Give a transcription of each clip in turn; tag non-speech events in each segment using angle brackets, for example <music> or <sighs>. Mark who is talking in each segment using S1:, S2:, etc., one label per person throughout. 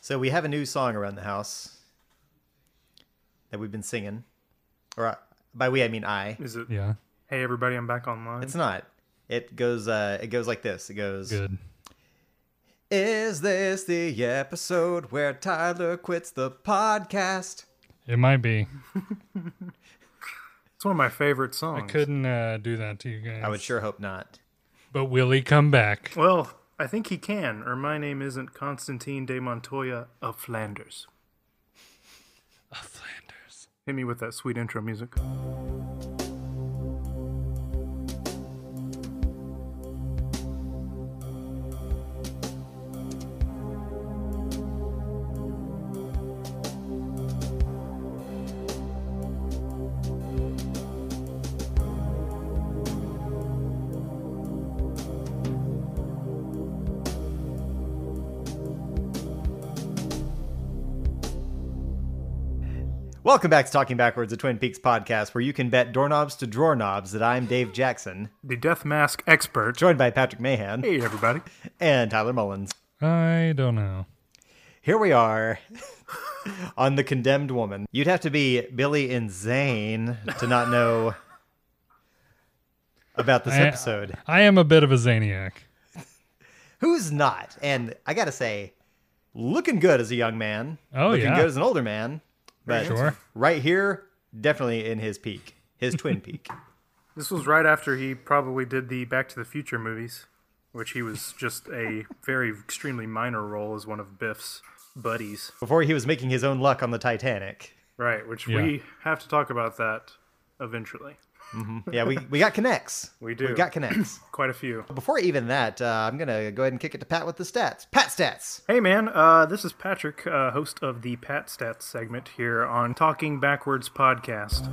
S1: So we have a new song around the house that we've been singing. Or uh, by we I mean I.
S2: Is it?
S3: Yeah.
S2: Hey everybody, I'm back online.
S1: It's not. It goes uh it goes like this. It goes
S3: Good.
S1: Is this the episode where Tyler quits the podcast?
S3: It might be.
S2: It's one of my favorite songs.
S3: I couldn't uh, do that to you guys.
S1: I would sure hope not.
S3: But will he come back?
S2: Well, I think he can, or my name isn't Constantine de Montoya of Flanders.
S3: Of Flanders.
S2: Hit me with that sweet intro music.
S1: Welcome back to Talking Backwards, a Twin Peaks podcast where you can bet doorknobs to drawer knobs that I'm Dave Jackson,
S2: The death mask expert.
S1: joined by Patrick Mahan
S2: Hey everybody.
S1: and Tyler Mullins.
S3: I don't know.
S1: Here we are <laughs> on The Condemned Woman. You'd have to be Billy and Zane to not know about this
S3: I-
S1: episode.
S3: I am a bit of a Zaniac.
S1: Who's not? And I gotta say, looking good as a young man.
S3: Oh,
S1: looking
S3: yeah.
S1: good as an older man. But
S3: Sure.
S1: right here, definitely in his peak, his twin <laughs> peak.
S2: This was right after he probably did the Back to the Future movies, which he was just a very extremely minor role as one of Biff's buddies.
S1: Before he was making his own luck on the Titanic.
S2: Right, which
S3: Yeah.
S2: we have to talk about that eventually.
S1: Yeah, we, we got connects.
S2: <laughs> We do.
S1: We got connects.
S2: Quite a few.
S1: Before even that, uh, I'm gonna go ahead and kick it to Pat with the stats. Pat stats.
S2: Hey man, uh, this is Patrick, uh, host of the Pat Stats segment here on Talking Backwards podcast.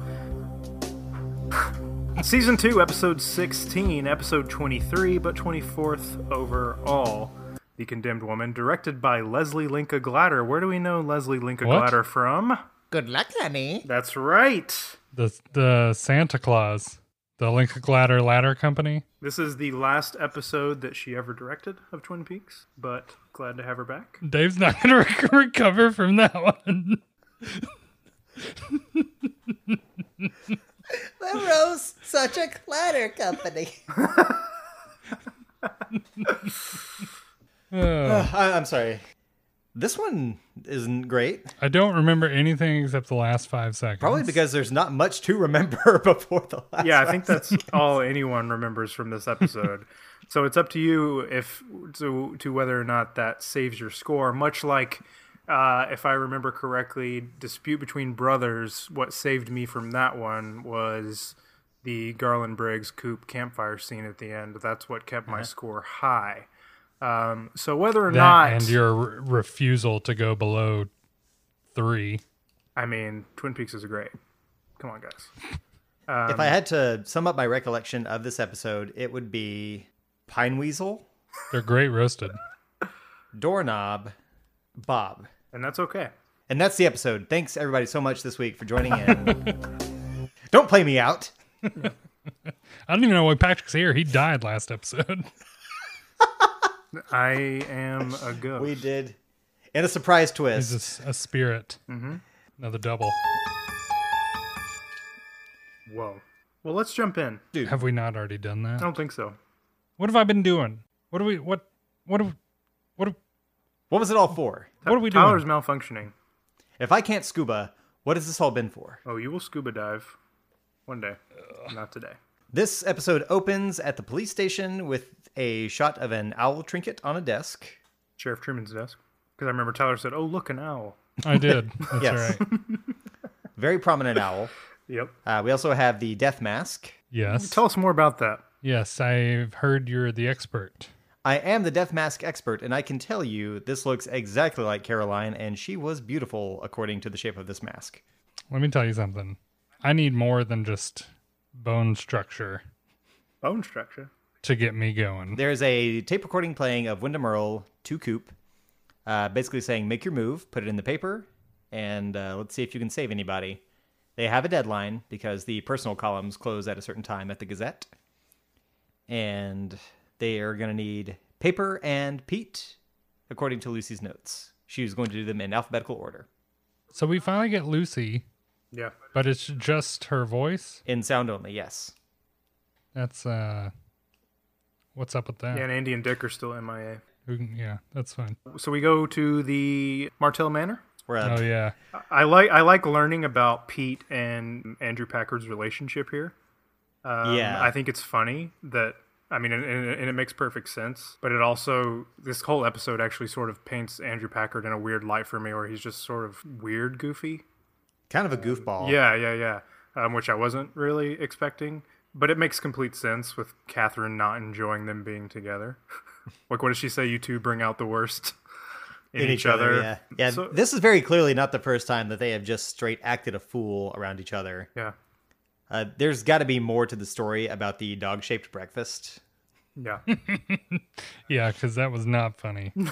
S2: <laughs> Season 2, episode 16, episode 23, but 24th overall. The Condemned Woman, directed by Leslie Linka Glatter. Where do we know Leslie Linka
S3: What?
S2: Glatter from?
S1: Good luck, honey.
S2: That's right.
S3: The the Santa Claus, the Lincoln Glatter Ladder Company.
S2: This is the last episode that she ever directed of Twin Peaks, but glad to have her back.
S3: Dave's not going to <laughs> rec- recover from that one.
S1: The Rose, such a clatter <laughs> company.
S3: Ugh.
S1: Uh, I, I'm sorry. This one isn't great.
S3: I don't remember anything except the last five seconds.
S1: Probably because there's not much to remember <laughs> before the last.
S2: yeah, I
S1: one.
S2: think that's all anyone remembers from this episode. so it's up to you if to to whether or not that saves your score. Much like, uh, if I remember correctly, dispute between brothers. What saved me from that one was the Garland Briggs coop campfire scene at the end. That's what kept my score high. Um, so whether or
S3: that
S2: not
S3: and your re- refusal to go below three.
S2: I mean, Twin Peaks is great. Come on, guys.
S1: If I
S2: um,
S1: had to sum up my recollection of this episode, it would be Pine Weasel,
S3: They're great roasted.
S1: Doorknob, Bob.
S2: And that's okay.
S1: And that's the episode. Thanks everybody so much this week for joining in.
S2: <laughs>
S1: Don't play me out.
S3: I don't even know why Patrick's here. He died last episode. <laughs>
S2: I am a ghost.
S1: We did. And a surprise
S3: He's
S1: twist.
S3: a s- a, spirit. Mm-hmm. Another double.
S2: Whoa. Well, let's jump in.
S3: Have we not already done that?
S2: I don't think so.
S3: What have I been doing? What do we? What? What? do- What? do-
S1: What was it all for?
S3: What are we doing?
S2: Tyler's malfunctioning.
S1: If I can't scuba, what has this all been for?
S2: Oh, you will scuba dive one day. Not today.
S1: This episode opens at the police station with a shot of an owl trinket on a desk.
S2: Sheriff Truman's desk. Because I remember Tyler said, "Oh, look, an owl."
S3: I did. That's
S1: Yes.
S3: right.
S1: Very prominent owl.
S2: Yep.
S1: Uh, we also have the death mask.
S3: Yes.
S2: <laughs> Tell us more about that.
S3: Yes. I've heard you're the expert.
S1: I am the death mask expert, and I can tell you this looks exactly like Caroline, and she was beautiful according to the shape of this mask.
S3: Let me tell you something. I need more than just bone structure
S2: Bone structure.
S3: to get me going.
S1: There's a tape recording playing of Wyndham Earl to Coop, uh, basically saying, Make your move, put it in the paper, and uh, let's see if you can save anybody. They have a deadline because the personal columns close at a certain time at the Gazette, and they are going to need paper and Pete, according to Lucy's notes. She was going to do them in alphabetical order
S3: So we finally get Lucy,
S2: Yeah.
S3: but it's just her voice.
S1: in sound only. Yes.
S3: That's uh, what's up with that?
S2: Yeah, Uh, and Andy and Dick are still MIA.
S3: Who can- yeah that's fine.
S2: So we go to the Martell Manor.
S1: We're up.
S3: Oh yeah,
S2: I like I like learning about Pete and Andrew Packard's relationship here. Um,
S1: Yeah.
S2: I think it's funny that I mean, and, and, and it makes perfect sense. But it also this whole episode actually sort of paints Andrew Packard in a weird light for me, where he's just sort of weird, goofy.
S1: Kind of a goofball.
S2: Yeah, yeah, yeah. Um, which I wasn't really expecting, but it makes complete sense with Catherine not enjoying them being together. <laughs> like, what does she say? You two bring out the worst <laughs> in, each, other.
S1: Yeah. Yeah.
S2: So-
S1: this is very clearly not the first time that they have just straight acted a fool around each other.
S2: yeah,
S1: Uh, there's got to be more to the story about the dog shaped breakfast.
S2: yeah.
S3: yeah, because that was not funny.
S2: <laughs>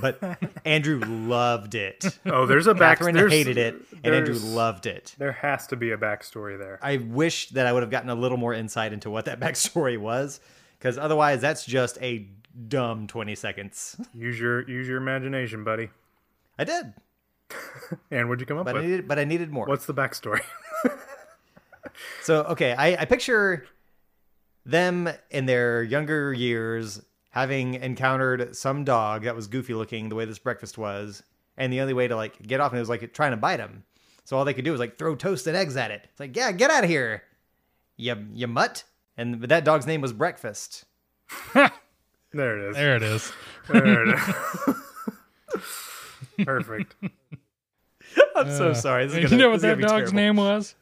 S1: But Andrew loved it.
S2: Oh, there's a
S1: <laughs>
S2: back.
S1: Catherine
S2: there's-
S1: hated it, and Andrew
S2: there's-
S1: loved it.
S2: There has to be a backstory there.
S1: I wish that I would have gotten a little more insight into what that <laughs> backstory was, because otherwise, that's just a dumb 20 seconds.
S2: Use your use your imagination, buddy.
S1: I did,
S2: And what'd you come up
S1: but I
S2: with?
S1: needed, but I needed more.
S2: What's the backstory? <laughs>
S1: So okay, I, I picture them in their younger years having encountered some dog that was goofy looking the way this breakfast was, and the only way to like get off it was like trying to bite him. So all they could do was like throw toast and eggs at it. It's like, yeah, get out of here, you you mutt. And but that dog's name was Breakfast.
S2: there it is.
S3: There it is.
S2: There it
S1: <laughs>
S2: is. <laughs> Perfect.
S1: I'm so sorry. This is
S3: And
S1: gonna,
S3: you know what
S1: this is
S3: that
S1: gonna be terrible.
S3: dog's name was?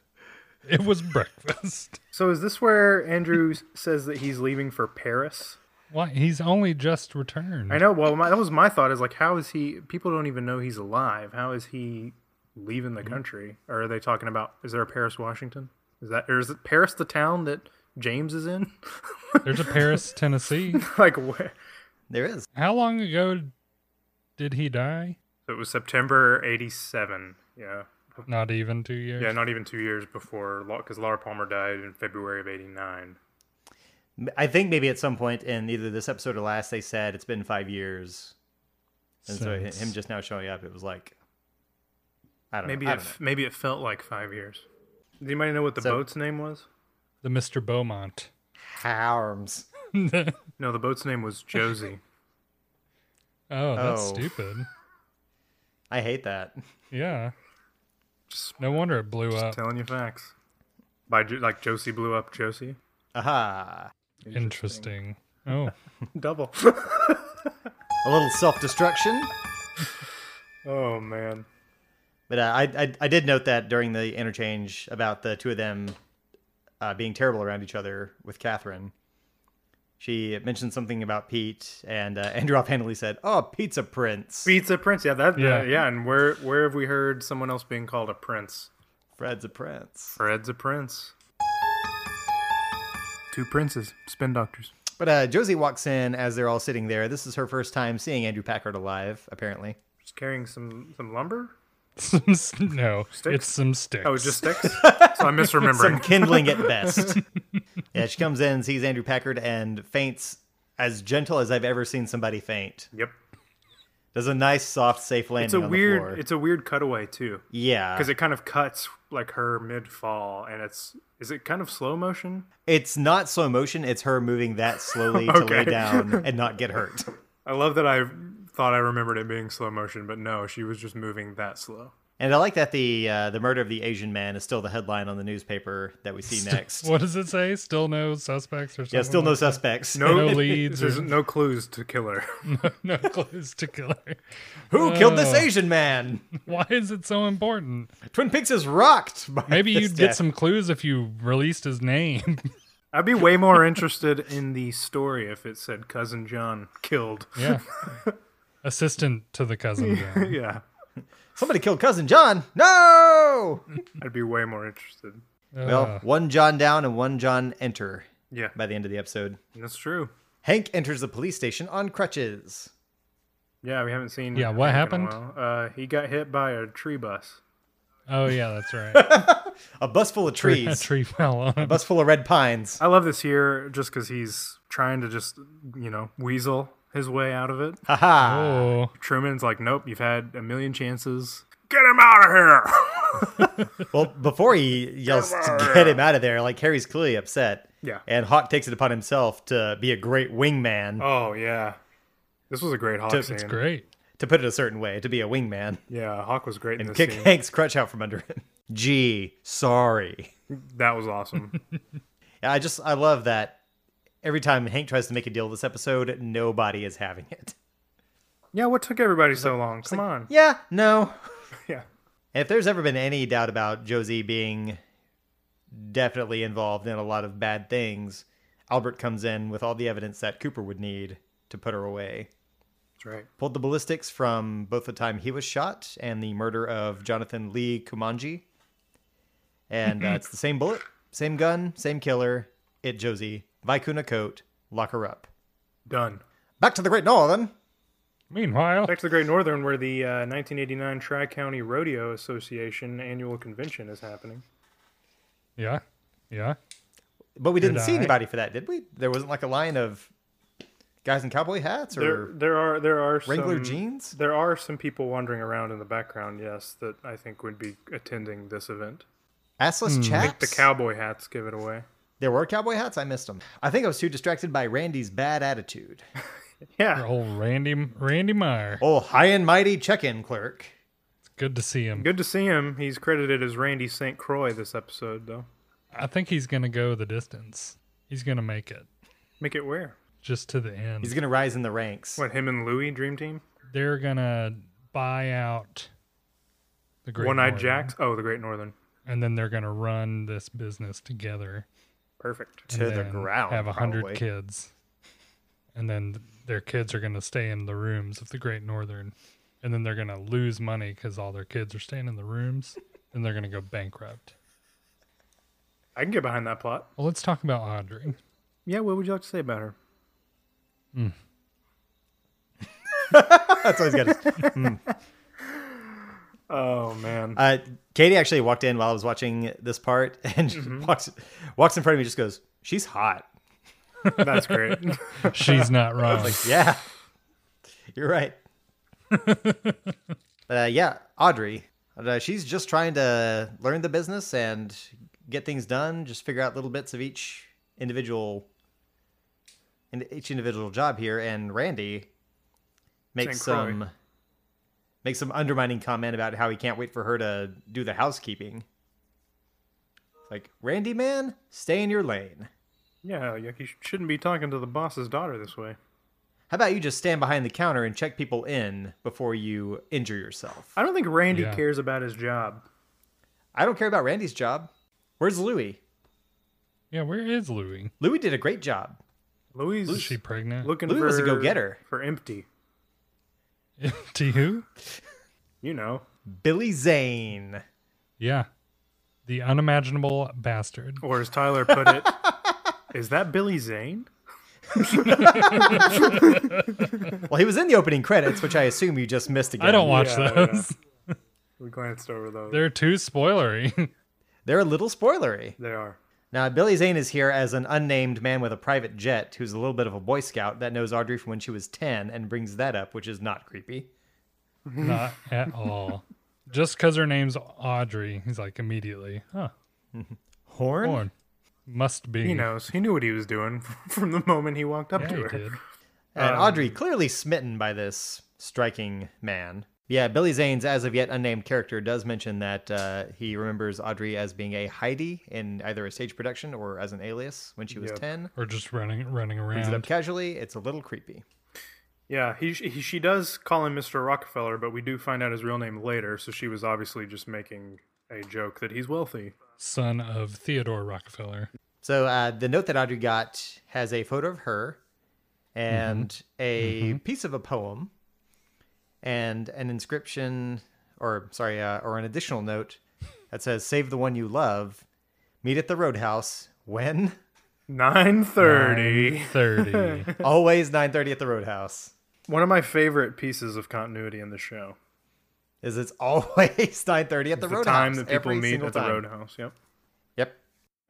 S3: It was breakfast.
S2: So is this where Andrew s- says that he's leaving for Paris?
S3: <laughs> Why? He's only just returned.
S2: I know. Well, my, that was my thought. Is like, how is he? People don't even know he's alive. How is he leaving
S1: Hmm.
S2: the country? Or are they talking about? Is there a Paris, Washington? Is that or is it Paris the town that James is in? <laughs>
S3: There's a Paris, Tennessee.
S2: like, where?
S1: There is.
S3: How long ago did he die?
S2: So it was September '87. Yeah.
S3: Not even two years.
S2: Yeah, not even two years before, because Laura Palmer died in February of '89.
S1: I think maybe at some point in either this episode or last, they said it's been five years, and so hi-
S3: Since-
S1: him just now showing up, it was like, I don't
S2: Maybe
S1: know. I
S2: it,
S1: don't know.
S2: f- maybe it felt like five years. Does anybody know what the
S1: So-
S2: boat's name was?
S3: the Mr. Beaumont. <laughs>
S1: Harms.
S3: oh,
S2: No, the boat's name was Josie.
S3: that's
S1: Oh.
S3: stupid.
S1: I hate that.
S3: Yeah.
S2: Just-
S3: no wonder it blew up.
S2: Telling you facts. By Jo- like Josie blew up Josie.
S1: Aha.
S3: Interesting. Oh, <laughs>
S2: Double.
S1: A little self destruction.
S2: <laughs> oh man.
S1: But uh, I, I I did note that during the interchange about the two of them uh, being terrible around each other with Catherine. She mentioned something about Pete, and uh, <laughs> Andrew offhandedly said, "Oh, Pete's a prince.
S2: Pizza Prince. Yeah, that. Yeah,
S3: Yeah.
S2: yeah. And where where have we heard someone else being called a prince?
S1: Fred's a prince."
S2: Fred's a prince. Two princes, spin doctors.
S1: But uh, Josie walks in as they're all sitting there. This is her first time seeing Andrew Packard alive, apparently.
S2: Just carrying some some lumber.
S3: some s- no.
S2: Sticks?
S3: It's some sticks.
S2: Oh, just
S3: <laughs>
S2: sticks. so I'm misremembering.
S1: Some kindling at best. yeah, she comes in, sees Andrew Packard, and faints as gentle as I've ever seen somebody faint.
S2: Yep.
S1: There's a nice, soft, safe landing.
S2: It's a
S1: on The floor.
S2: weird. It's a weird cutaway too,
S1: yeah,
S2: because it kind of cuts like her mid fall, and it's is it kind of slow motion?
S1: it's not slow motion. It's her moving that
S3: <laughs>
S1: slowly to lay
S2: Okay.
S1: down and not get hurt.
S2: I love that I thought I remembered it being slow motion, but no, she was just moving that slow.
S1: And I like that the uh, the murder of the Asian man is still the headline on the newspaper that we see
S3: <laughs>
S1: next.
S3: What does it say? Still no suspects or something?
S1: Yeah, still no
S3: <laughs> like
S1: suspects.
S2: <laughs>
S3: No leads
S2: There's
S3: or-
S2: no clues to killer.
S3: <laughs> no clues to killer.
S1: Who killed this
S3: Oh.
S1: Asian man? <laughs>
S3: Why is it so important?
S1: Twin Peaks is rocked. By
S3: Maybe
S1: this
S3: you'd
S1: death.
S3: get some clues if you released his name. <laughs>
S2: I'd be way more interested in the story if it said cousin John killed.
S3: yeah. Assistant to
S1: <laughs>
S3: the cousin.
S2: <laughs>
S3: John.
S2: yeah,
S1: Somebody killed cousin John. No.
S2: I'd be way more interested.
S1: Well,
S3: Uh,
S1: one John down and one John enter
S2: Yeah,
S1: by the end of the episode.
S2: that's true.
S1: Hank enters the police station on crutches.
S2: Yeah, we haven't seen.
S3: Yeah, what
S2: Hank in a
S3: happened?
S2: while. Uh, he got hit by a tree bus.
S3: oh yeah, that's
S1: <laughs>
S3: right.
S1: A bus full of
S3: A
S1: trees.
S3: <laughs> tree fell on.
S1: <laughs> A bus full of red pines.
S2: I love this here just because he's trying to just you know weasel his way out of it.
S3: <laughs>
S1: Haha.
S3: Oh,
S2: Truman's like, nope, you've had a million chances. Get him out of here. <laughs>
S1: Well, before he yells to get him out of there, like Harry's clearly upset.
S2: Yeah.
S1: And Hawk takes it upon himself to be a great wingman,
S2: oh yeah, this was a great Hawk
S1: It's
S2: scene.
S3: it's great.
S1: to put it a certain way, to be a
S3: <laughs>
S1: wingman
S2: Yeah, Hawk was great in
S1: and
S2: this
S1: kick
S2: scene.
S1: Hank's crutch out from under him. Gee, sorry.
S2: That
S1: <laughs>
S2: was awesome.
S1: Yeah, I just I love that every time Hank tries to make a deal this episode, nobody is having it.
S2: yeah, what took everybody so long? Come on.
S1: Yeah, no.
S2: Yeah.
S1: And if there's ever been any doubt about Josie being definitely involved in a lot of bad things, Albert comes in with all the evidence that Cooper would need to put her away.
S2: That's right.
S1: Pulled the ballistics from both the time he was shot and the murder of Jonathan Lee Kumanji. And uh, it's the same bullet, same gun, same killer. It Josie. Vicuna coat. Lock her up.
S2: Done.
S1: Back to the Great Northern.
S3: Meanwhile,
S2: Back to the Great Northern, where the uh, 1989 Tri County Rodeo Association annual convention is happening.
S3: yeah, yeah.
S1: But we didn't
S3: Did
S1: see
S3: I?
S1: anybody for that, did we? There wasn't like a line of guys in cowboy hats
S2: There,
S1: or
S2: there are there are
S1: Wrangler
S2: some,
S1: jeans?
S2: There are some people wandering around in the background. Yes, that I think would be attending this event.
S1: assless chaps.
S2: The cowboy hats give it away.
S1: there were cowboy hats. I missed them. I think I was too distracted by Randy's bad
S2: <laughs>
S1: attitude.
S2: Yeah,
S3: Old Randy Randy Meyer.
S1: Oh, high and mighty check-in clerk.
S3: It's good to see him.
S2: good to see him. He's credited as Randy St. Croix this episode, though.
S3: I think he's gonna go the distance. He's gonna make it
S2: Make it where?
S3: just to the end.
S1: He's gonna rise in the ranks.
S2: What him and Louie Dream Team?
S3: They're gonna buy out the Great
S2: One Eyed
S3: Northern,
S2: Jacks? Oh, the Great Northern.
S3: and then they're gonna run this business together
S2: Perfect.
S1: To
S3: and
S1: the
S3: then
S1: ground,
S3: Have a hundred
S1: probably.
S3: kids, and then th- their kids are gonna stay in the rooms of the Great Northern, and then they're gonna lose money because all their kids are staying in the rooms, and they're gonna go bankrupt.
S2: I can get behind that plot.
S3: Well, let's talk about Audrey.
S2: Yeah, what would you like to say about her?
S1: <laughs> That's always good.
S2: <laughs> Oh man.
S1: Uh, Katie actually walked in while I was watching this part, and she
S2: Mm-hmm.
S1: walks walks in front of me. and Just goes, "She's hot."
S2: That's great. <laughs>
S3: She's not wrong.
S1: Yeah, you're right. uh, yeah, Audrey. Uh, she's just trying to learn the business and get things done. Just figure out little bits of each individual, in each individual job here. And Randy makes
S2: St. Croix.
S1: some makes some undermining comment about how he can't wait for her to do the housekeeping. It's Like Randy, man, stay in your lane.
S2: yeah, you you shouldn't be talking to the boss's daughter this way.
S1: How about you just stand behind the counter and check people in before you injure yourself?
S2: I don't think Randy
S3: Yeah.
S2: cares about his job.
S1: I don't care about Randy's job. Where's Louie?
S3: Yeah, where is Louie?
S1: Louie did a great job.
S2: Louis
S3: Is she pregnant?
S2: looking
S1: Louis
S2: for
S1: was a go-getter.
S2: for empty.
S3: <laughs> to who?
S2: You know,
S1: Billy Zane.
S3: Yeah, the unimaginable bastard.
S2: or as Tyler put <laughs> it, is that Billy Zane?
S1: Well, he was in the opening credits, which I assume you just missed again.
S3: I don't watch
S2: Yeah,
S3: those. <laughs>
S2: We glanced over those.
S3: They're too spoilery. <laughs>
S1: They're a little spoilery.
S2: They are.
S1: Now, Billy Zane is here as an unnamed man with a private jet who's a little bit of a Boy Scout that knows Audrey from when she was 10 and brings that up, which is not creepy.
S3: Not at all. Just because her name's Audrey, he's like immediately, huh?
S1: Horn?
S3: Born. Must be.
S2: He knows. He knew what he was doing <laughs> from the moment he walked up
S3: Yeah,
S2: to
S3: he
S2: her.
S3: did.
S1: And Audrey clearly smitten by this striking man. Yeah, Billy Zane's as of yet unnamed character does mention that uh, he remembers Audrey as being a Heidi in either a stage production or as an alias when she was
S2: Yep.
S1: 10.
S3: Or just running running
S1: Brings it
S3: around.
S1: up casually. It's a little creepy.
S2: Yeah, he, he she does call him Mr. Rockefeller, but we do find out his real name later, so she was obviously just making a joke that he's wealthy.
S3: Son of
S1: <laughs>
S3: Theodore Rockefeller.
S1: So uh, the note that Audrey got has a photo of her and a piece of a poem and an inscription, or sorry, uh, or an additional note that says, Save the one you love, meet at the roadhouse when?
S2: 930.
S3: 30.
S1: Always 9.30 at the roadhouse.
S2: One of my favorite pieces of continuity in the show.
S1: Is it's always <laughs> 9.30 at the
S2: The,
S1: roadhouse.
S2: time that people
S1: every
S2: meet
S1: single
S2: at the
S1: time.
S2: roadhouse. Yep.
S1: Yep.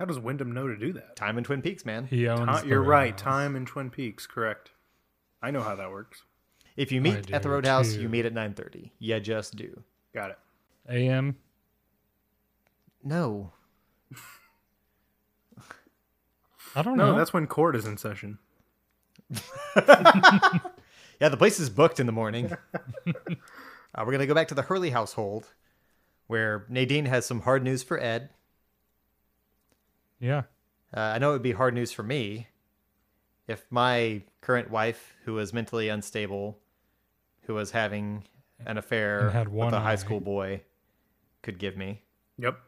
S2: How does Wyndham know to do that?
S1: Time in Twin Peaks, man.
S3: he owns
S2: Uh,
S3: the
S2: you're right.
S3: roadhouse.
S2: Time in Twin Peaks, correct. I know how that works.
S1: If you meet at the
S3: do,
S1: Roadhouse,
S3: too.
S1: you meet at 9:30. You just do.
S2: Got it.
S3: A.M.
S1: No.
S3: I don't
S2: Oh, No,
S3: know.
S2: that's when court is in session.
S1: Yeah, the place is booked in the morning.
S2: <laughs>
S1: uh, we're going to go back to the Hurley household where Nadine has some hard news for Ed.
S3: yeah.
S1: Uh, I know it would be hard news for me if my current wife, who was mentally unstable, who was having an affair
S3: And had
S1: with
S3: one
S1: a high
S3: eye.
S1: school boy, could give me.
S2: Yep.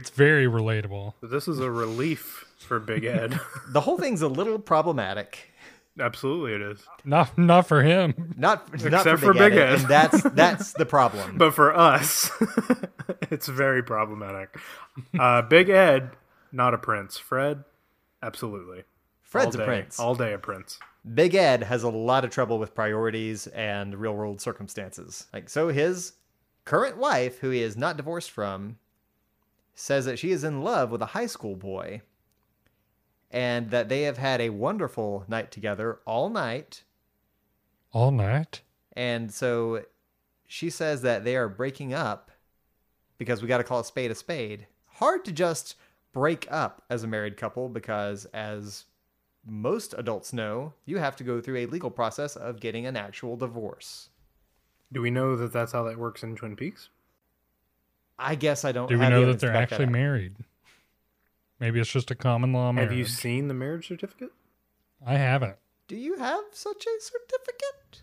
S3: It's very relatable.
S2: So This is a relief for Big <laughs> Ed.
S1: The whole thing's a little problematic.
S2: Absolutely, it is.
S3: Not not for him.
S1: Not, not
S2: Except
S1: for
S2: for
S1: Big, Ed,
S2: Big Ed.
S1: and that's that's the problem.
S2: <laughs> But for us, it's very problematic. Uh, Big Ed, not a prince. Fred, absolutely.
S1: Fred's
S2: all
S1: a
S2: day,
S1: prince.
S2: All day a prince.
S1: Big Ed has a lot of trouble with priorities and real world circumstances. Like, so his current wife, who he is not divorced from, says that she is in love with a high school boy and that they have had a wonderful night together all night.
S3: All night.
S1: And so she says that they are breaking up because we got to call a spade a spade. Hard to just break up as a married couple because, as most adults know, you have to go through a legal process of getting an actual divorce.
S2: Do we know that that's how that works in Twin Peaks?
S1: I guess I don't.
S3: Do we
S1: have the
S3: know that
S1: evidence to
S3: they're
S1: back that
S3: actually
S1: up.
S3: married? Maybe it's just a common law marriage.
S2: Have you seen the marriage certificate?
S3: I haven't.
S1: Do you have such a certificate?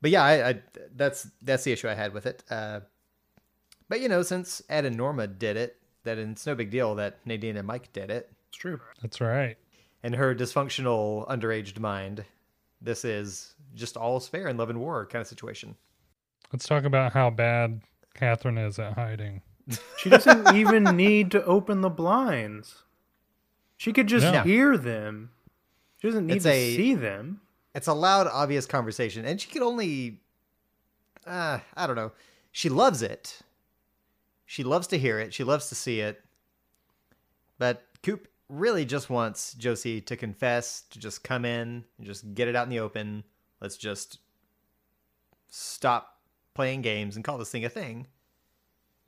S1: But yeah, I, I that's that's the issue I had with it. Uh, but you know, since Ed and Norma did it, that it's no big deal that Nadine and Mike did it.
S2: It's true.
S3: That's right.
S1: in her dysfunctional underaged mind this is just all's fair in love and war kind of situation
S3: Let's talk about how bad Catherine is at hiding.
S2: She doesn't even need to open the blinds. She could just
S3: No.
S2: hear them. She doesn't need
S1: It's
S2: to
S1: a-
S2: see them.
S1: it's a loud obvious conversation and she could only uh, i don't know she loves it she loves to hear it she loves to see it but coop really just wants josie to confess to just come in and just get it out in the open let's just stop playing games and call this thing a thing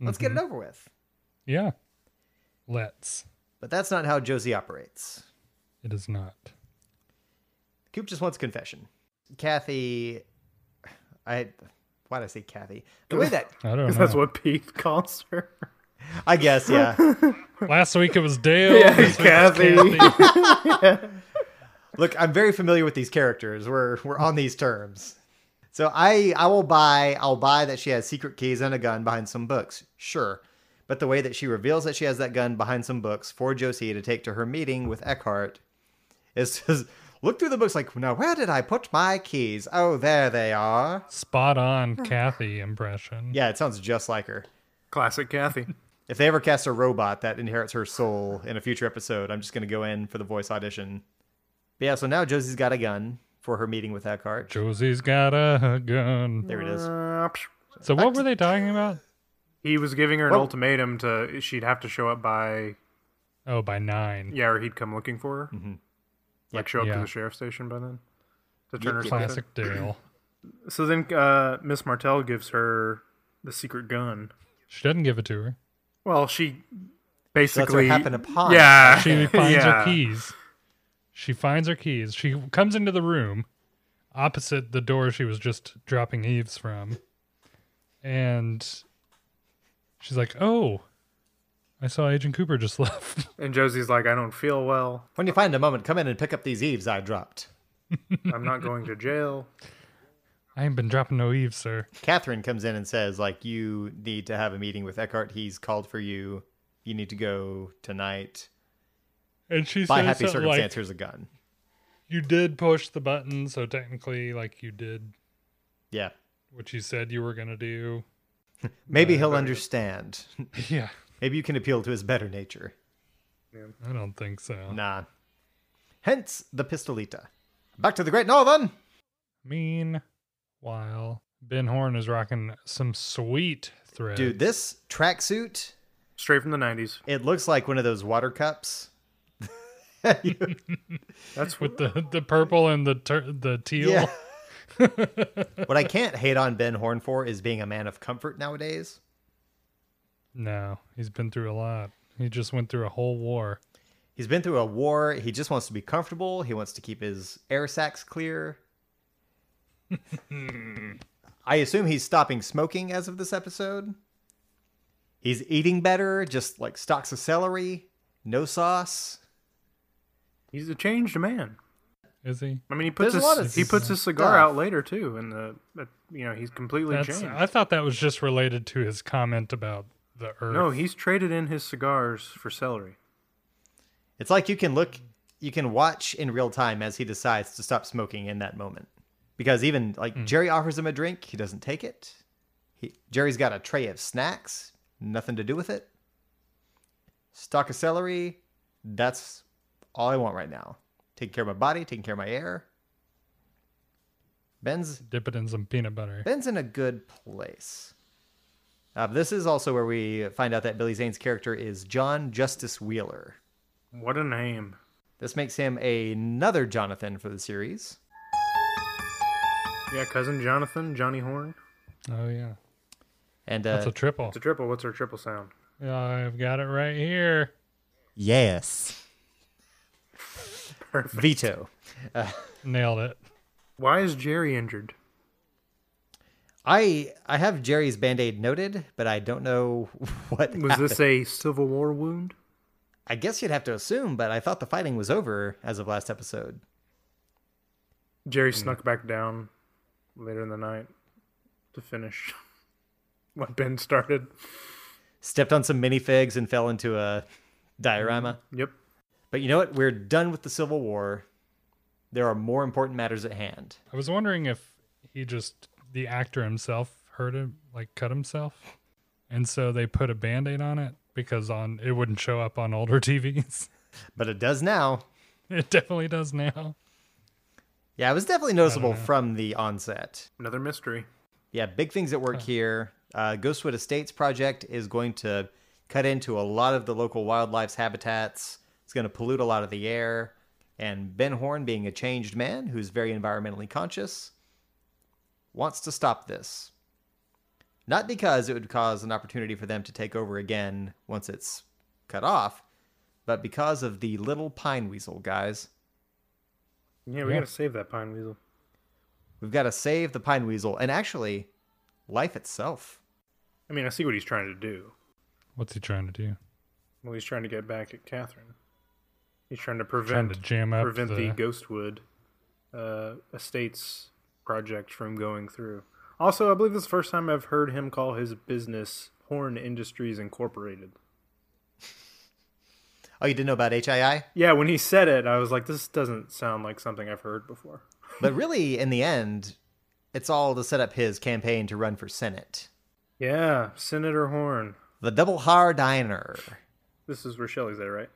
S1: let's get it over with
S3: Mm-hmm. Yeah. Let's.
S1: but that's not how josie operates
S3: It is not.
S1: Coop just wants confession. Kathy, I why did I say Kathy? The way that
S3: I don't know.
S2: That's what Pete calls her.
S1: <laughs> I guess yeah.
S3: Last week
S2: <laughs>
S3: it was Dale.
S2: Yeah,
S3: this week it's
S2: Kathy. <laughs>
S3: Kathy.
S1: Look, I'm very familiar with these characters. We're we're on these terms. So I I will buy I'll buy that she has secret keys and a gun behind some books. Sure. But the way that she reveals that she has that gun behind some books for Josie to take to her meeting with Eckhart is just look through the books like, now where did I put my keys? Oh, there they are.
S3: Spot on Kathy impression.
S1: Yeah, it sounds just like her. <laughs>
S2: Classic Kathy.
S1: If they ever cast a robot that inherits her soul in a future episode, I'm just going to go in for the voice audition. But yeah, so now Josie's got a gun for her meeting with Eckhart.
S3: Josie's got a gun.
S1: There it is.
S2: Uh,
S3: So what were they talking about?
S2: He was giving her an
S1: Well-
S2: ultimatum to she'd have to show up by
S3: Oh, by nine.
S2: yeah, or he'd come looking for her.
S1: Mm-hmm.
S2: Like show up
S3: Yeah.
S2: to the sheriff station by then to turn her
S1: yep.
S2: herself in.
S1: <clears throat>
S3: Classic Dale.
S2: So then uh, Miss Martell gives her the secret gun.
S3: She doesn't give it to her.
S2: Well, she
S1: Lets
S2: basically
S1: her happen upon.
S2: <laughs> Yeah,
S3: <laughs> She finds
S2: yeah.
S3: her keys. She finds her keys. She comes into the room opposite the door she was just dropping eaves from. And she's like, Oh, I saw Agent Cooper just <laughs> left.
S2: And Josie's like, I don't feel well.
S1: When you find a moment, come in and pick up these eaves I dropped.
S2: I'm not going to jail.
S3: I ain't been dropping no eaves, sir.
S1: Catherine comes in and says, like, you need to have a meeting with Eckhart. He's called for you. You need to go tonight.
S3: And she
S1: By
S3: says
S1: happy
S3: something uh, like,
S1: circumstance, here's a gun.
S3: You did push the button, so technically, like, you did
S1: Yeah.
S3: what you said you were going to do.
S1: Maybe he'll understand. <laughs>
S3: yeah,
S1: Maybe you can appeal to his better nature.
S3: I don't think so.
S1: Nah. Hence the pistolita. Back to the Great Northern!
S3: Meanwhile, Ben Horn is rocking some sweet thread. <laughs>
S1: Dude, this tracksuit
S2: Straight from the 90s.
S1: It looks like one of those water cups. <laughs>
S2: That's what
S3: with the the purple and the tur- the teal.
S1: yeah. what I can't hate on Ben Horn for is being a man of comfort nowadays.
S3: No, he's been through a lot. He just went through a whole war.
S1: He's been through a war. He just wants to be comfortable. He wants to keep his air sacs clear. I assume he's stopping smoking as of this episode. He's eating better, just like stalks of celery, no sauce.
S2: He's a changed man.
S3: Is he?
S2: I mean, he puts
S1: There's a
S2: his-
S1: lot of
S2: he puts his cigar
S1: stuff.
S2: out later too, and the but, you know he's completely
S3: That's,
S2: changed.
S3: I thought that was just related to his comment about the earth.
S2: No, he's traded in his cigars for celery.
S1: It's like you can look, you can watch in real time as he decides to stop smoking in that moment. Because even like Jerry offers him a drink, he doesn't take it. He, Jerry's got a tray of snacks, nothing to do with it. Stalk of celery, that's all I want right now. Taking care of my body, taking care of my air. Ben's
S3: dip it in some peanut butter.
S1: Ben's in a good place. Uh, this is also where we find out that Billy Zane's character is John Justice Wheeler.
S2: What a name!
S1: This makes him another Jonathan for the series.
S2: Yeah, cousin Jonathan, Johnny Horn.
S3: Oh yeah,
S1: And
S3: that's
S1: uh,
S3: a triple.
S2: It's a triple. What's our triple sound?
S3: I've got it right here.
S1: yes,
S2: Perfect.
S1: veto.
S3: Nailed it.
S2: Why is Jerry injured?
S1: I I have Jerry's band aid noted, but I don't know <laughs> what.
S2: Was this
S3: <laughs>
S2: a Civil War wound?
S1: I guess you'd have to assume, but I thought the fighting was over as of last episode.
S2: Jerry
S3: Hmm.
S2: snuck back down later in the night to finish <laughs> what Ben started.
S1: Stepped on some minifigs and fell into a diorama.
S2: Yep.
S1: But you know what? We're done with the Civil War. There are more important matters at hand.
S3: I was wondering if he just the actor himself hurt him, like cut himself, and so they put a band-aid on it because on it wouldn't show up on older <laughs> TVs.
S1: But it does now.
S3: it definitely does now.
S1: Yeah, it was definitely noticeable from the onset.
S2: Another mystery.
S1: Yeah, big things at work here. Uh, Ghostwood Estates project is going to cut into a lot of the local wildlife's habitats. It's going to pollute a lot of the air. And Ben Horn, being a changed man who's very environmentally conscious, wants to stop this. Not because it would cause an opportunity for them to take over again once it's cut off, but because of the little pine weasel, guys.
S2: Yeah, we
S3: Yeah.
S2: gotta save that pine weasel.
S1: We've got to save the pine weasel and actually life itself.
S2: I mean, I see what he's trying to do.
S3: What's he trying to do?
S2: Well, he's trying to get back at Catherine. He's trying to
S3: Trying
S2: prevent
S3: to jam up
S2: prevent the,
S3: the-
S2: Ghostwood uh, Estates project from going through. Also, I believe this is the first time I've heard him call his business Horn Industries Incorporated.
S1: Oh, you didn't know about HII?
S2: Yeah, when he said it, I was like, this doesn't sound like something I've heard before.
S1: But really, in the end, it's all to set up his campaign to run for Senate.
S2: Yeah, Senator Horn.
S1: The Double Har Diner.
S2: This is where Shelley's at, right?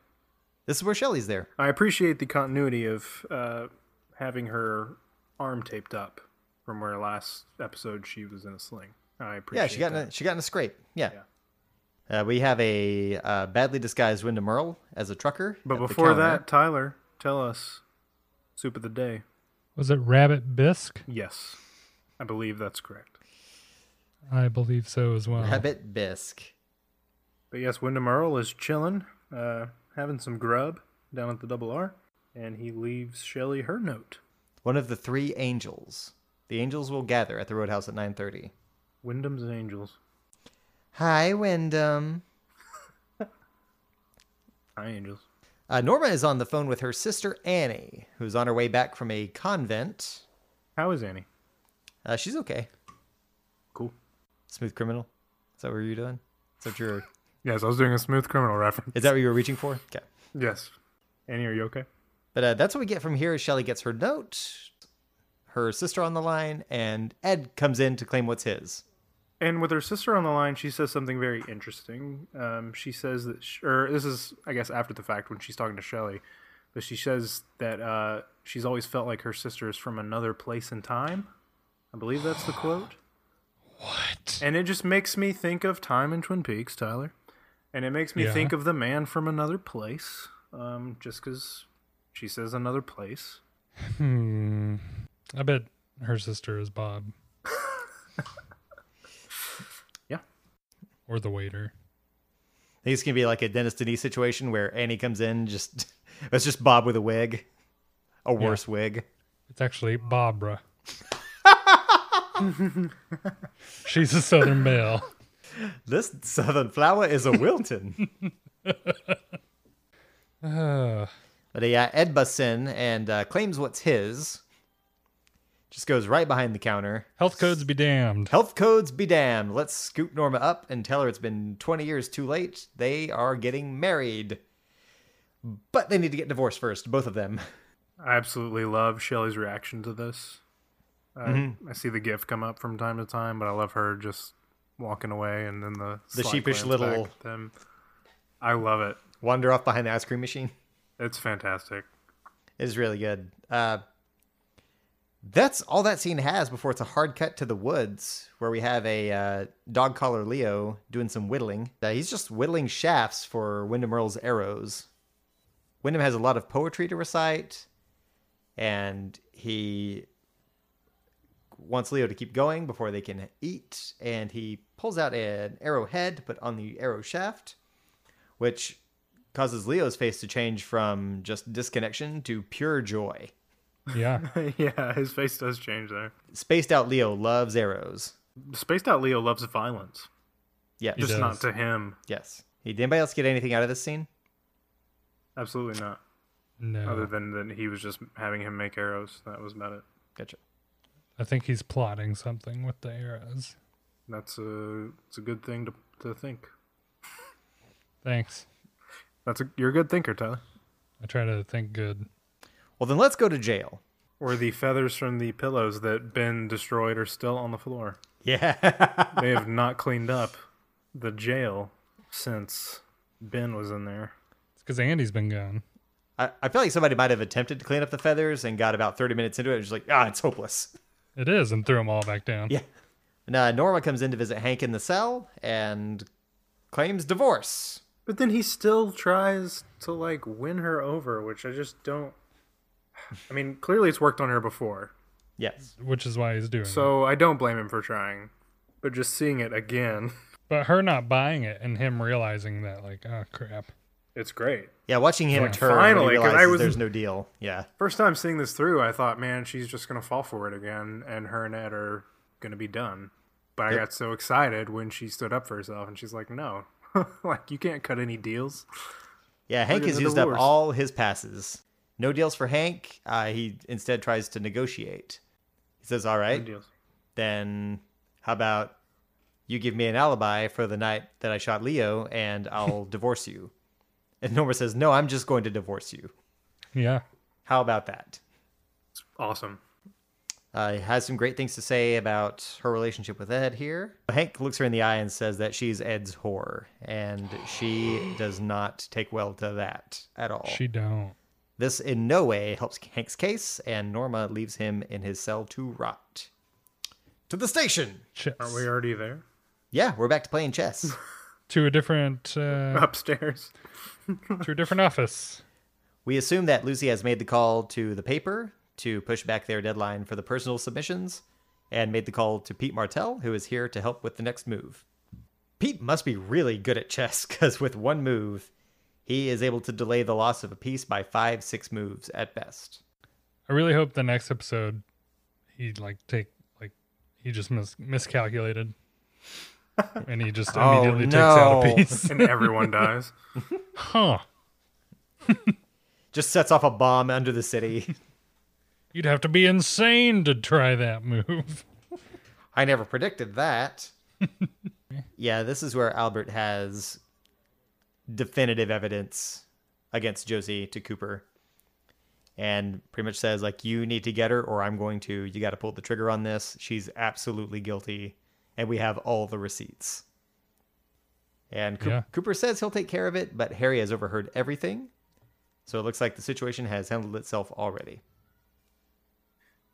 S1: This is where Shelley's there.
S2: I appreciate the continuity of uh, having her arm taped up from where last episode she was in a sling. I appreciate
S1: yeah, she got
S2: that.
S1: in a, she got in a scrape. Yeah. Uh, we have a uh, badly disguised Wyndham Earl as a trucker.
S2: But
S1: at the
S2: before
S1: counter.
S2: that, Tyler, tell us soup of the day.
S3: <laughs> Was it rabbit bisque?
S2: Yes, I believe that's correct.
S3: I believe so as well.
S1: Rabbit Bisque.
S2: But yes, Wyndham Earl is chilling, uh, having some grub down at the Double R, and he leaves Shelley her note.
S1: One of the three angels. The angels will gather at the Roadhouse at 9.30.
S2: Wyndham's Angels.
S1: Hi, Wyndham.
S2: Hi, Angels.
S1: Uh, Norma is on the phone with her sister Annie, who's on her way back from a convent.
S2: How is Annie?
S1: Uh, she's okay.
S2: Cool.
S1: Smooth criminal. Is that what you're doing? Is that, what you're,
S2: Yes, I was doing a smooth criminal reference.
S1: is that what you were reaching for? Okay.
S2: Yes. Annie, are you okay?
S1: But uh, that's what we get from here. Is Shelley gets her note, her sister on the line, and Ed comes in to claim what's his.
S2: And with her sister on the line, she says something very interesting. Um, she says that, sh or this is, I guess, after the fact when she's talking to Shelley, but she says that uh, she's always felt like her sister is from another place and time. I believe that's the quote.
S3: What?
S2: And it just makes me think of time in Twin Peaks, Tyler. And it makes me
S3: Yeah.
S2: think of the man from another place, um, just because she says another place.
S3: Hmm. I bet her sister is Bob.
S2: Yeah.
S3: Or the waiter.
S1: I think it's gonna be like a Dennis Denise situation where Annie comes in, just <laughs> it's just Bob with a wig, a worse wig.
S3: It's
S2: <laughs>
S3: actually Barbara. She's a Southern belle.
S1: This Southern flower is a Wilton.
S3: Uh,
S1: but yeah, Ed busts in and uh, claims what's his. Just goes right behind the counter.
S3: health codes be damned.
S1: Health codes be damned. Let's scoop Norma up and tell her it's been 20 years too late. They are getting married. But they need to get divorced first, both of them. <laughs>
S2: I absolutely love Shelley's reaction to this. I,
S1: Mm-hmm.
S2: I see the gif come up from time to time, but I love her just walking away and then the
S1: The
S2: sly
S1: sheepish
S2: glance back
S1: little-
S2: at them. I love it.
S1: Wander off behind the ice cream machine.
S2: It's fantastic. <laughs>
S1: It is really good. Uh, that's all that scene has before it's a hard cut to the woods where we have a uh, dog collar Leo doing some whittling. Uh, he's just whittling shafts for Wyndham Earl's arrows. Wyndham has a lot of poetry to recite, and he wants Leo to keep going before they can eat. And he pulls out an arrowhead to put on the arrow shaft, which causes Leo's face to change from just disconnection to pure joy.
S3: Yeah.
S2: yeah, his face does change there.
S1: Spaced out Leo loves arrows.
S2: Spaced out Leo loves violence,
S1: Yes.
S3: He
S2: just
S3: does.
S2: not to him.
S1: Yes. Hey, Did anybody else get anything out of this scene?
S2: Absolutely not. Other
S3: No.
S2: than that, he was just having him make arrows. That was about it.
S1: Gotcha.
S3: I think he's plotting something with the arrows.
S2: That's a it's a good thing to to think.
S3: Thanks.
S2: That's a you're a good thinker, Tyler.
S3: I try to think good.
S1: Well, then let's go to jail.
S2: Or the feathers from the pillows that Ben destroyed are still on the floor.
S1: Yeah.
S2: They have not cleaned up the jail since Ben was in there.
S3: It's because Andy's been gone.
S1: <laughs> I, I feel like somebody might have attempted to clean up the feathers and got about 30 minutes into it and was like, ah, it's hopeless.
S3: It is, and threw them all back down.
S1: Yeah. And, uh, Norma comes in to visit Hank in the cell and claims divorce.
S2: But then he still tries to like win her over, which I just don't. I mean, clearly it's worked on her before,
S1: Yes.
S3: Which is why he's doing it.
S2: so I don't blame him for trying. But just seeing it again, <laughs>
S3: But her not buying it and him realizing that, like, oh, crap.
S2: it's great.
S1: Yeah, watching him
S3: Yeah.
S1: turn when he
S2: Finally, 'cause I
S1: realizes
S2: was-
S1: there's no deal. Yeah.
S2: First time seeing this through, I thought, man, she's just gonna fall for it again, and her and Ed are gonna be done. But I got so excited when she stood up for herself, and she's like, "No, <laughs> like you can't cut any deals."
S1: Yeah, Hank
S2: Look at
S1: has
S2: the
S1: used up
S2: divorce.
S1: all his passes. No deals for Hank. Uh, he instead tries to negotiate. He says, All
S2: No
S1: right,
S2: deals.
S1: then how about you give me an alibi for the night that I shot Leo and I'll divorce you? And Norma says, No, I'm just going to divorce you.
S3: Yeah.
S1: How about that?
S2: It's awesome.
S1: Uh, he has some great things to say about her relationship with Ed here. Hank looks her in the eye and says that she's Ed's whore, and she does not take well to that at all.
S3: She don't.
S1: This in no way helps Hank's case, and Norma leaves him in his cell to rot. To the station!
S3: Chess.
S2: Aren't we already there? <laughs>
S1: Yeah, we're back to playing
S3: <laughs>
S1: chess.
S3: To a different,
S2: <laughs>
S3: uh,
S2: Upstairs.
S3: to a different office.
S1: we assume that Lucy has made the call to the paper to push back their deadline for the personal submissions and made the call to Pete Martell, who is here to help with the next move. Pete must be really good at chess because with one move, he is able to delay the loss of a piece by five, six moves at best.
S3: I really hope the next episode he like take like he just
S2: <laughs>
S3: mis- miscalculated and he just
S1: Oh,
S3: immediately takes
S1: no.
S3: out a piece.
S2: and everyone dies.
S3: huh.
S1: <laughs> Just sets off a bomb under the city.
S3: You'd have to be insane to try that move.
S1: I never predicted that. <laughs> yeah, this is where Albert has definitive evidence against Josie to Cooper and pretty much says like you need to get her or I'm going to you got to pull the trigger on this. She's absolutely guilty and we have all the receipts. And Coop-
S3: Yeah.
S1: Cooper says he'll take care of it, but Harry has overheard everything. So it looks like the situation has handled itself already.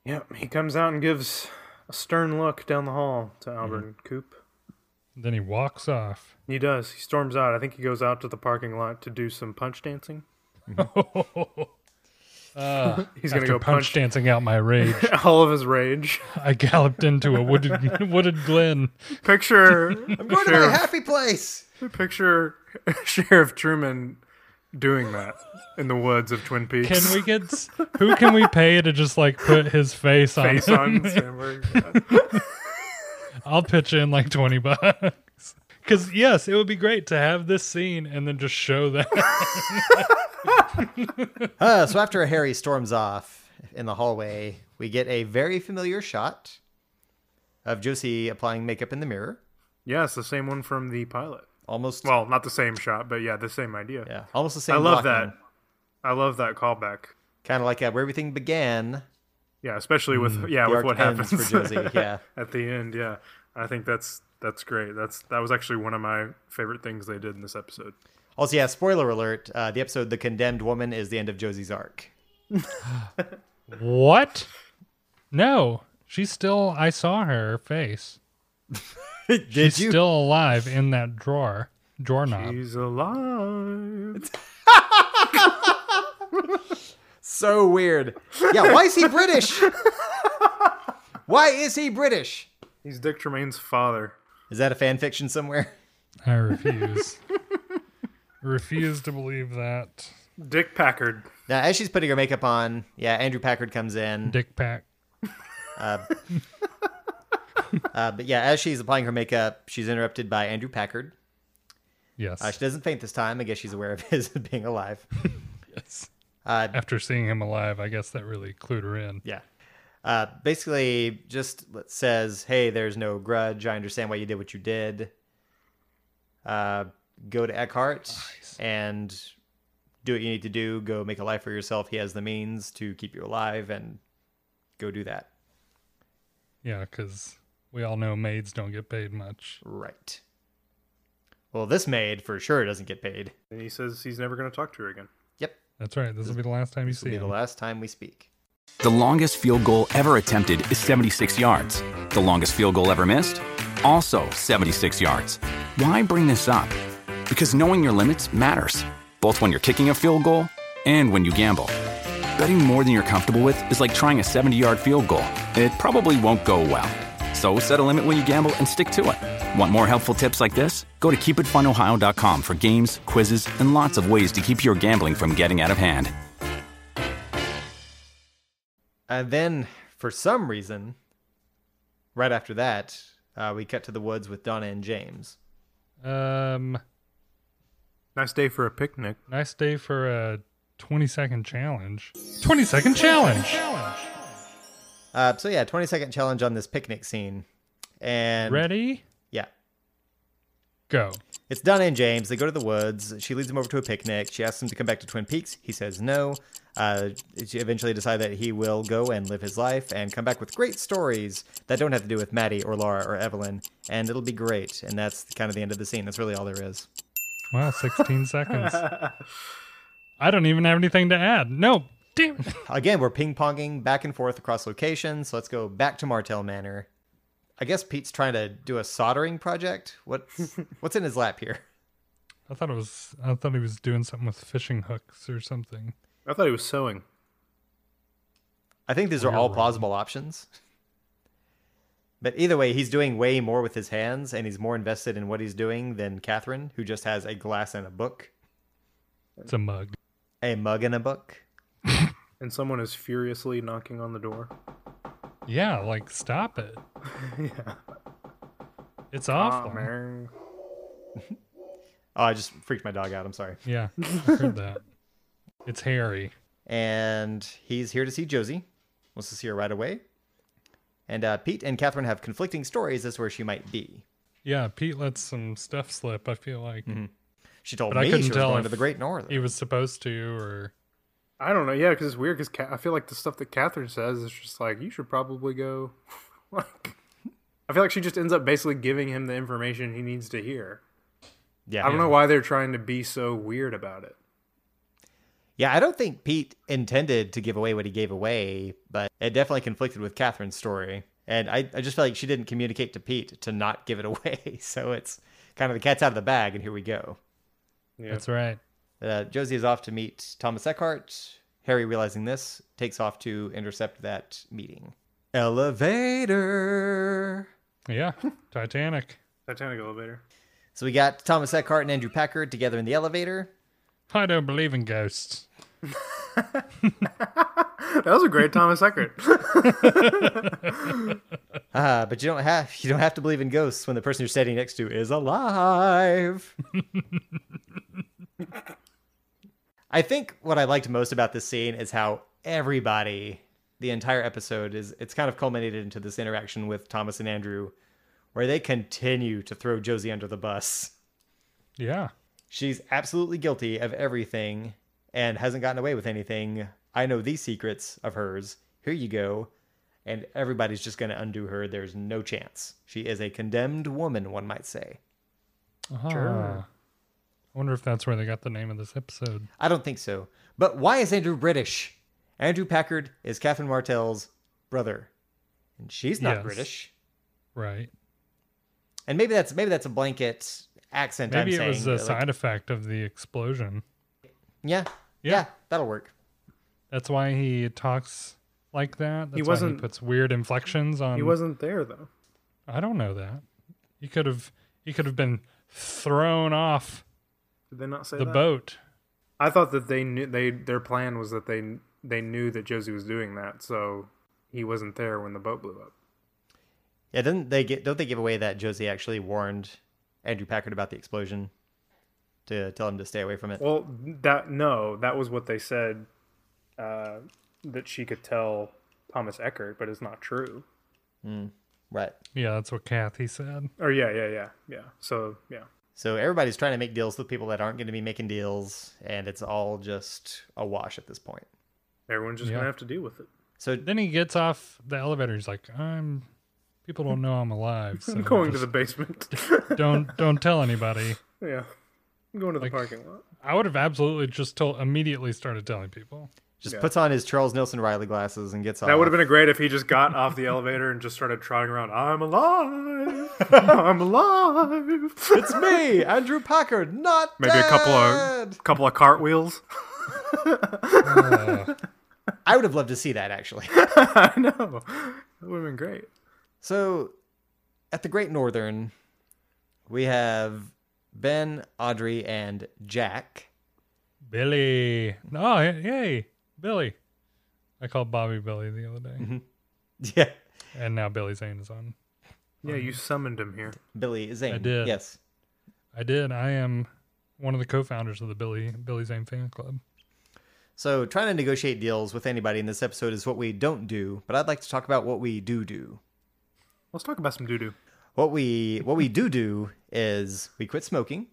S2: Yep. He comes out and gives a stern look down the hall to Albert and Coop.
S3: Then he walks <laughs> off.
S2: He does. He storms out. I think he goes out to the parking lot to do some punch dancing.
S3: Uh,
S2: He's gonna
S3: after
S2: go
S3: punch,
S2: punch-
S3: dancing out my rage.
S2: <laughs> All of his rage.
S3: I galloped into a <laughs> wooded wooded glen.
S2: Picture
S1: Go to my
S2: Sheriff,
S1: happy place.
S2: picture <laughs> Sheriff Truman doing that in the woods of Twin Peaks.
S3: Can
S2: <laughs>
S3: we get s- who can we pay to just like put his face on?
S2: Face
S3: it?
S2: on Sandberg.
S3: I'll pitch in like twenty bucks. Because yes, it would be great to have this scene and then just show <laughs> that.
S1: Uh, so after Harry storms off in the hallway, we get a very familiar shot of Josie applying makeup in the mirror.
S2: Yes, the same one from the pilot.
S1: Almost,
S2: Well, not the same shot, but yeah, the same idea.
S1: yeah, almost the same.
S2: I love that. I love that callback.
S1: Kind of like uh, where everything began.
S2: Yeah, especially with yeah
S1: Mm. the
S2: with
S1: arc
S2: what
S1: ends
S2: happens <laughs>
S1: for Josie, yeah.
S2: at the end. Yeah, I think that's that's great. That's that was actually one of my favorite things they did in this episode.
S1: Also, yeah, spoiler alert: uh, the episode "The Condemned Woman" is the end of Josie's arc.
S3: what? No, she's still. I saw her face.
S1: <laughs> Did
S3: She's still alive in that drawer drawer knob.
S2: He's alive.
S1: So weird. <laughs> Yeah, why is he <laughs> British? why is he British?
S2: He's Dick Tremaine's father.
S1: Is that a fan fiction somewhere? <laughs>
S3: I refuse. <laughs> refuse to believe that
S2: Dick Packard.
S1: Now, as she's putting her makeup on, yeah, Andrew Packard comes in.
S3: dick pack.
S1: Uh, but yeah, as she's applying her makeup, she's interrupted by Andrew Packard.
S3: Yes.
S1: Uh, she doesn't faint this time. I guess she's aware of <laughs> his being alive.
S3: yes.
S1: Uh,
S3: After seeing him alive, I guess that really clued her in.
S1: yeah. Uh, basically, just says, hey, there's no grudge. I understand why you did what you did. Uh, go to Eckhart and do what you need to do. Go make a life for yourself. He has the means to keep you alive and go do that.
S3: Yeah, because we all know maids don't get paid much.
S1: Right. Well, this maid for sure doesn't get paid.
S2: And he says he's never going to talk to her again.
S1: Yep.
S3: That's right. This will be the last time you
S1: This will
S3: see
S1: be the
S3: him.
S1: last time we speak.
S4: The longest field goal ever attempted is 76 yards. The longest field goal ever missed? Also 76 yards. Why bring this up? Because knowing your limits matters, both when you're kicking a field goal and when you gamble. Betting more than you're comfortable with is like trying a 70 yard field goal, it probably won't go well. So set a limit when you gamble and stick to it. Want more helpful tips like this? Go to keepitfunohio.com for games, quizzes, and lots of ways to keep your gambling from getting out of hand.
S1: And then, for some reason, right after that, uh, we cut to the woods with Donna and James.
S3: Um,
S2: Nice day for a picnic.
S3: nice day for a 20 second challenge. 20 second challenge!
S1: Uh, so yeah, twenty second challenge on this picnic scene, and
S3: Ready?
S1: yeah,
S3: Go.
S1: it's Donna and James. They go to the woods. She leads him over to a picnic. She asks him to come back to Twin Peaks. He says no. Uh, she eventually decide that he will go and live his life and come back with great stories that don't have to do with Maddie or Laura or Evelyn, and it'll be great. And that's kind of the end of the scene. That's really all there is. <laughs>
S3: Wow, 16 seconds. I don't even have anything to add. No, damn it.
S1: again, we're ping ponging back and forth across locations. So let's go back to Martell Manor. I guess Pete's trying to do a soldering project. What's what's in his lap here?
S3: I thought it was. I thought he was doing something with fishing hooks or something.
S2: I thought he was sewing.
S1: I think these are all plausible options. But either way, he's doing way more with his hands, and he's more invested in what he's doing than Catherine, who just has a glass and a book,
S3: It's a mug.
S1: a mug and a book.
S2: And someone is furiously knocking on the door.
S3: Yeah, like stop it.
S2: yeah.
S3: It's awful.
S2: man.
S1: Oh, I just freaked my dog out. I'm sorry.
S3: yeah, I heard that. It's hairy.
S1: and he's here to see Josie. Wants to see her right away. And uh, Pete and Catherine have conflicting stories as to where she might be.
S3: Yeah, Pete lets some stuff slip. I feel like
S1: Mm-hmm. She told
S3: But I
S1: me she
S3: couldn't
S1: was
S3: tell
S1: going to
S3: if
S1: the Great North.
S3: he was supposed to, or
S2: I don't know. Yeah, because it's weird. Because I feel like the stuff that Catherine says is just like you should probably go. <laughs> like, I feel like she just ends up basically giving him the information he needs to hear.
S1: yeah,
S2: I don't know why they're trying to be so weird about it.
S1: yeah. I don't think Pete intended to give away what he gave away, but it definitely conflicted with Catherine's story. And I, I just felt like she didn't communicate to Pete to not give it <laughs> away. So it's kind of the cat's out of the bag, and here we go.
S2: Yeah.
S3: that's right.
S1: Uh, Josie is off to meet Thomas Eckhart, Harry, realizing this, takes off to intercept that meeting. Elevator.
S3: Yeah, Titanic.
S2: Titanic elevator.
S1: So we got Thomas Eckhart and Andrew Packard together in the elevator.
S3: I don't believe in ghosts.
S2: <laughs> That was a great Thomas Eckert.
S1: Uh, but you don't have you don't have to believe in ghosts when the person you're standing next to is alive. I think what I liked most about this scene is how everybody, the entire episode is it's kind of culminated into this interaction with Thomas and Andrew, where they continue to throw Josie under the bus.
S3: Yeah.
S1: She's absolutely guilty of everything and hasn't gotten away with anything. I know these secrets of hers. Here you go. And everybody's just going to undo her. There's no chance. She is a condemned woman, one might say.
S3: Sure. uh-huh. I wonder if that's where they got the name of this episode.
S1: I don't think so. But why is Andrew British? Andrew Packard is Catherine Martell's brother, and she's not
S3: Yes.
S1: British.
S3: Right.
S1: And maybe that's maybe that's a blanket accent. I'm
S3: Maybe it
S1: saying,
S3: was a
S1: like-
S3: side effect of the explosion.
S1: yeah,
S3: Yeah.
S1: yeah, that'll work.
S3: That's why he talks like that. That's why he
S2: wasn't-
S3: puts weird inflections on.
S2: He wasn't there though.
S3: I don't know that. He could have. He could have been thrown off
S2: Did they not say
S3: the
S2: that?
S3: boat.
S2: I thought that they knew they their plan was that they they knew that Josie was doing that, so he wasn't there when the boat blew up.
S1: Yeah, didn't they get? Don't they give away that Josie actually warned Andrew Packard about the explosion to tell him to stay away from it?
S2: Well, that no, that was what they said uh, that she could tell Thomas Eckert, but it's not true.
S1: Right.
S3: Yeah, that's what Kathy said.
S2: Or yeah, yeah, yeah, yeah. So yeah,
S1: So everybody's trying to make deals with people that aren't going to be making deals, and it's all just a wash at this point.
S2: everyone's just
S3: Yeah.
S2: gonna have to deal with it. <laughs>
S1: So
S3: Then he gets off the elevator. He's like, "I'm." People don't know
S2: <laughs>
S3: I'm alive. So
S2: I'm going to
S3: just
S2: the <laughs> basement.
S3: <laughs> don't don't tell anybody.
S2: yeah, I'm going to the parking lot.
S3: I would have absolutely just told immediately started telling people.
S1: just
S2: Yeah.
S1: puts on his Charles Nelson Riley glasses and gets off.
S2: That would have been great if he just got off the elevator and just started trotting around. I'm alive. I'm alive.
S1: It's me, Andrew Packard, not
S2: Maybe a couple
S1: dead!
S2: of couple of cartwheels.
S1: I would have loved to see that actually.
S2: <laughs>
S1: <laughs>
S2: I know. That would have been great.
S1: so, at the Great Northern, we have Ben, Audrey, and Jack. <laughs>
S3: Billy. Oh, yay, Billy. I called Bobby Billy the other day,
S2: Mm-hmm.
S1: Yeah,
S3: and now Billy Zane is on.
S2: Yeah, you summoned him here.
S1: Billy Zane.
S3: I did.
S1: Yes.
S3: I did. I am one of the co-founders of the Billy Billy Zane fan club.
S1: So, trying to negotiate deals with anybody in this episode is what we don't do, but I'd like to talk about what we do do.
S2: Let's talk about some doo doo.
S1: what we what we do do is we quit smoking.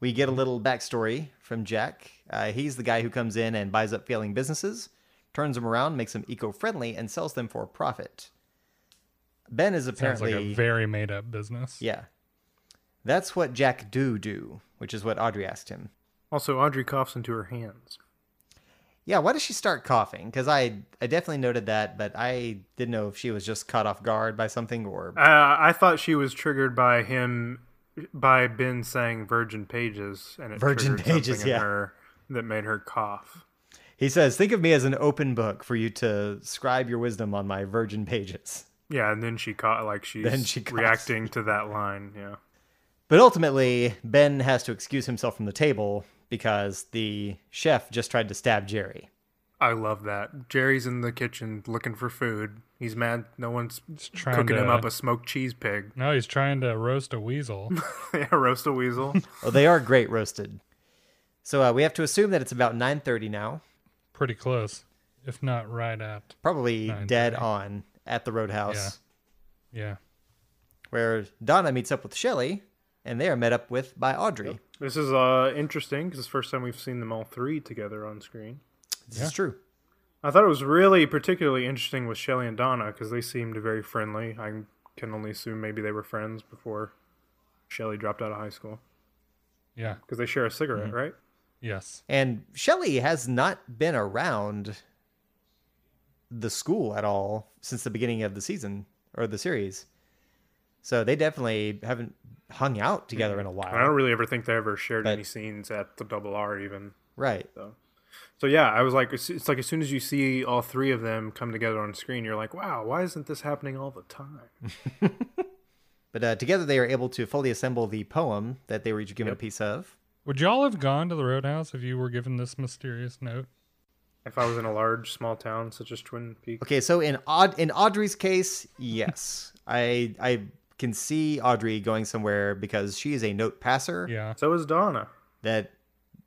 S1: We get a little backstory from Jack. Uh, he's the guy who comes in and buys up failing businesses, turns them around, makes them eco-friendly, and sells them for a profit. Ben is
S3: Sounds
S1: apparently
S3: like a very made-up business.
S1: yeah. That's what Jack do do, which is what Audrey asked him.
S2: Also, Audrey coughs into her hands.
S1: Yeah, why does she start coughing? Because I I definitely noted that, but I didn't know if she was just caught off guard by something or
S2: Uh, I thought she was triggered by him, by Ben saying "Virgin Pages" and it
S1: Virgin
S2: triggered something
S1: Pages,
S2: in
S1: yeah.
S2: her that made her cough.
S1: He says, "Think of me as an open book for you to scribe your wisdom on my virgin pages."
S2: Yeah, and then she caught like she's
S1: Then she coughs.
S2: reacting to that line. Yeah,
S1: But ultimately, Ben has to excuse himself from the table because the chef just tried to stab Jerry.
S2: I love that. Jerry's in the kitchen looking for food. He's mad. No one's
S3: trying
S2: cooking him
S3: to-
S1: uh,
S2: up a smoked cheese pig. <laughs>
S3: No, he's trying to roast a weasel. <laughs>
S2: yeah, roast
S1: <laughs>
S2: a weasel.
S1: Oh, they are great roasted. So uh, we have to assume that it's about 9:30 now,
S3: Pretty close, if not right at.
S1: probably
S3: 9:30.
S1: dead on at the roadhouse
S3: Yeah. Yeah.
S1: where Donna meets up with Shelley and they are met up with by Audrey.
S2: this is uh interesting because it's the first time we've seen them all three together on screen.
S1: This is true.
S2: I thought it was really particularly interesting with Shelly and Donna because they seemed very friendly. I can only assume maybe they were friends before Shelly dropped out of high school
S3: Yeah.
S2: because they share a cigarette, right?
S3: Yes.
S1: And Shelley has not been around the school at all since the beginning of the season or the series. So they definitely haven't hung out together in a
S2: Mm-hmm. I don't
S1: while.
S2: really ever think they ever shared
S1: But-
S2: any scenes at the Double R even.
S1: Right.
S2: So So yeah, I was like, it's it's like as soon as you see all three of them come together on screen, you're like, wow, why isn't this happening all the time?
S1: But uh, together they are able to fully assemble the poem that they were each given a piece of.
S3: Would y'all have gone to the roadhouse if you were given this mysterious note?
S2: If I was in a large small town such as Twin Peaks,
S1: Okay, so in Aud- in Audrey's case,
S2: <laughs>
S1: yes, I I can see Audrey going somewhere because she is a note passer
S3: Yeah.
S2: so is Donna.
S1: that,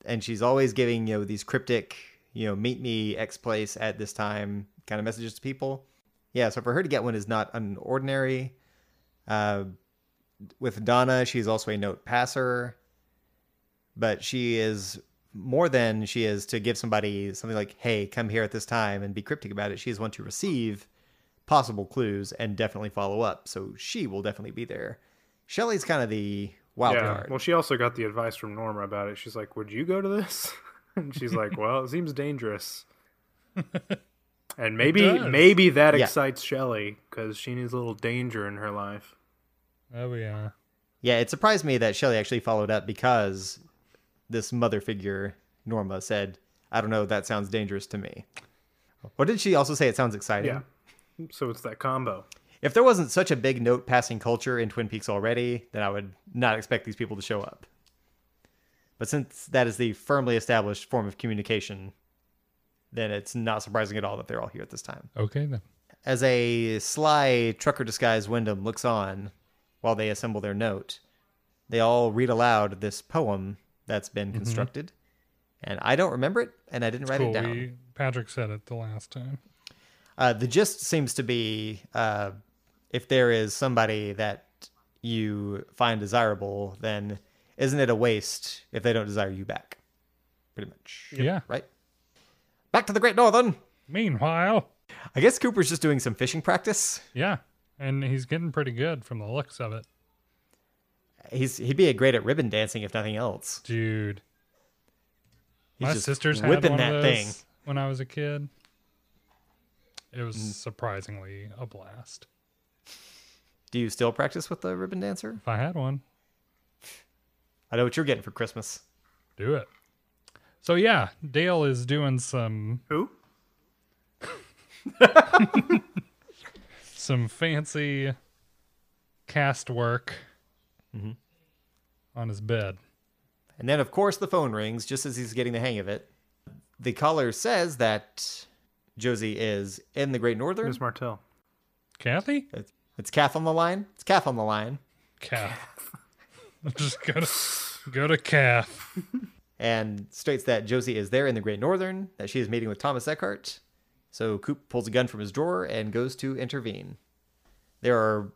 S1: and she's always giving you know these cryptic you know meet me X place at this time kind of messages to people. Yeah, so for her to get one is not unordinary. Uh, with Donna, she's also a note passer, but she is more than she is to give somebody something like, hey, come here at this time and be cryptic about it. She is one to receive possible clues and definitely follow up. So she will definitely be there. Shelley's kind of the wild
S2: yeah.
S1: card.
S2: Well, she also got the advice from Norma about it. She's like, would you go to this? <laughs> and she's like, well, it seems dangerous. and maybe
S3: does.
S2: maybe that
S1: Yeah.
S2: excites Shelley because she needs a little danger in her life.
S3: Oh yeah.
S1: Yeah, it surprised me that Shelley actually followed up because this mother figure, Norma, said, I don't know, that sounds dangerous to me. Or did she also say it sounds exciting?
S2: Yeah. So it's that combo.
S1: If there wasn't such a big note passing culture in Twin Peaks already, then I would not expect these people to show up. But since that is the firmly established form of communication, then it's not surprising at all that they're all here at this time.
S3: Okay then.
S1: As a sly trucker disguised Wyndham looks on while they assemble their note, they all read aloud this poem that's been constructed. And I don't remember it, and I didn't write it
S3: Mm-hmm. Cool.
S1: down.
S3: We, Patrick said it the last time.
S1: Uh, the gist seems to be uh, if there is somebody that you find desirable, then isn't it a waste if they don't desire you back? Pretty much.
S3: Yeah.
S1: Right? Back to the Great Northern.
S3: Meanwhile.
S1: I guess Cooper's just doing some fishing practice.
S3: Yeah. And he's getting pretty good from the looks of it.
S1: He's he'd be great at ribbon dancing if nothing else.
S3: Dude.
S1: He's
S3: My
S1: just
S3: sisters had
S1: whipping
S3: one
S1: that
S3: of those
S1: thing.
S3: when I was a kid. It was
S1: Mm.
S3: surprisingly a blast.
S1: Do you still practice with the ribbon dancer?
S3: If I had one,
S1: I know what you're getting for Christmas.
S3: do it. So yeah, Dale is doing some
S2: Who?
S3: some fancy cast work
S1: Mm-hmm.
S3: on his bed.
S1: And then, of course, the phone rings just as he's getting the hang of it. The caller says that Josie is in the Great Northern.
S2: Miss Martell.
S3: Kathy?
S1: It's, it's Kath on the line. It's Kath on the line.
S3: Kath. <laughs> Just go to go to Kath.
S1: And states that Josie is there in the Great Northern, that she is meeting with Thomas Eckhart. So Coop pulls a gun from his drawer and goes to intervene. There are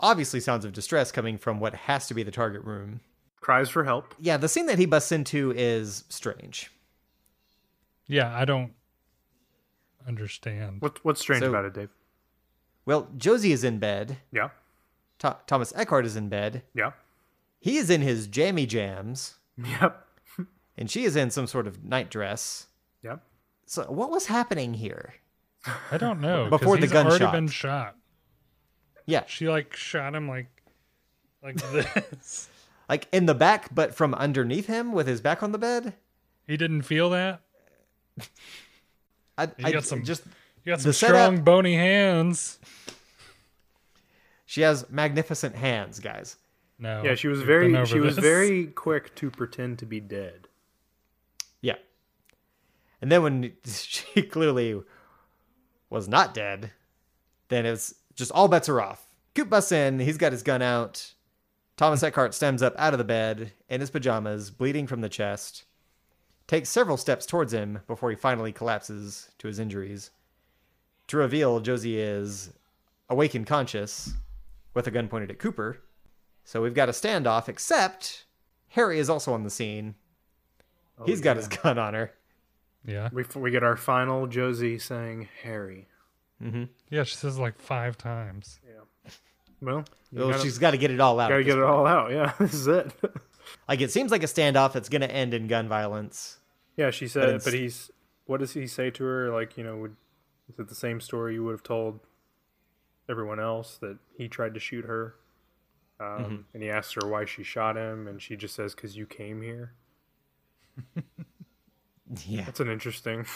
S1: obviously sounds of distress coming from what has to be the target room.
S2: Cries for help.
S1: Yeah, the scene that he busts into is strange.
S3: Yeah, I don't understand.
S2: What, what's strange
S1: So-
S2: about it, Dave?
S1: Well, Josie is in bed.
S2: Yeah.
S1: Tho- Thomas Eckhart is in bed.
S2: Yeah.
S1: He is in his jammy jams,
S2: <laughs> Yep.
S1: and she is in some sort of night dress.
S2: Yep.
S1: So, what was happening here?
S3: I don't know. 'cause
S1: Before the
S3: he's already
S1: gunshot.
S3: been shot.
S1: Yeah,
S3: She like shot him like like this.
S1: like in the back, but from underneath him with his back on the bed.
S3: <laughs> he didn't feel that.
S1: I,
S3: You
S1: I
S3: got some-
S1: just
S3: You got some
S1: The
S3: strong
S1: setup-
S3: bony hands.
S1: she has magnificent hands, guys.
S3: No.
S2: Yeah, she was
S3: we've
S2: very
S3: been over
S2: she was
S3: this.
S2: very quick to pretend to be dead.
S1: Yeah. And then when <laughs> she clearly was not dead, then it's just all bets are off. Coop busts in, he's got his gun out. Thomas Eckhart stands up out of the bed in his pajamas, bleeding from the chest, takes several steps towards him before he finally collapses to his injuries. To reveal Josie is awake and conscious with a gun pointed at Cooper. So we've got a standoff, except Harry is also on the scene. He's got his gun on her.
S3: <laughs> Yeah.
S2: We, we get our final Josie saying Harry.
S3: Yeah, she says like five times.
S2: Well, you
S1: Well,
S2: gotta,
S1: Oh, she's got to get it all out.
S2: gotta
S1: at this
S2: get it all out. Yeah, <laughs> this is it.
S1: Like it seems like a standoff that's going to end in gun violence.
S2: yeah, she said
S1: But
S2: it,
S1: it's-
S2: but he's. What does he say to her? Like, you know, would, is it the same story you would have told everyone else that he tried to shoot her? Um,
S1: Mm-hmm.
S2: And he asks her why she shot him, and she just says, "Cause you came here."
S1: Yeah.
S2: That's
S1: <laughs>
S2: an interesting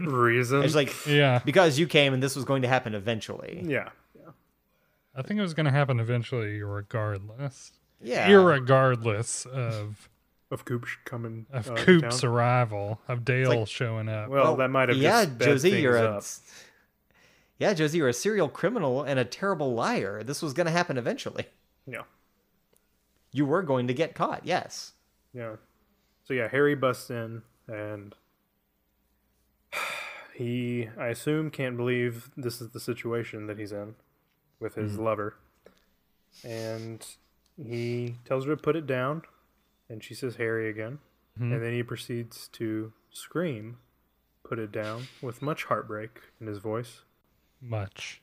S2: reason.
S1: It's like
S3: Yeah.
S1: because you came and this was going to happen eventually.
S2: yeah.
S3: I think it was going to happen eventually, regardless.
S1: Yeah.
S3: Irregardless of,
S2: Of Coops coming.
S3: of
S2: uh, to
S3: Coop's
S2: town.
S3: arrival, of Dale showing up.
S2: Well, that might have
S1: Yeah,
S2: just sped
S1: Josie,
S2: things
S1: you're a
S2: up.
S1: Yeah, Josie, you're a serial criminal and a terrible liar. This was going to happen eventually.
S2: Yeah.
S1: You were going to get caught. Yes.
S2: Yeah. So yeah, Harry busts in and <sighs> he I assume can't believe this is the situation that he's in with his
S1: Mm-hmm.
S2: lover. And he tells her to put it down and she says Harry again.
S1: Mm-hmm.
S2: And then he proceeds to scream, put it down with much heartbreak in his voice.
S3: Much.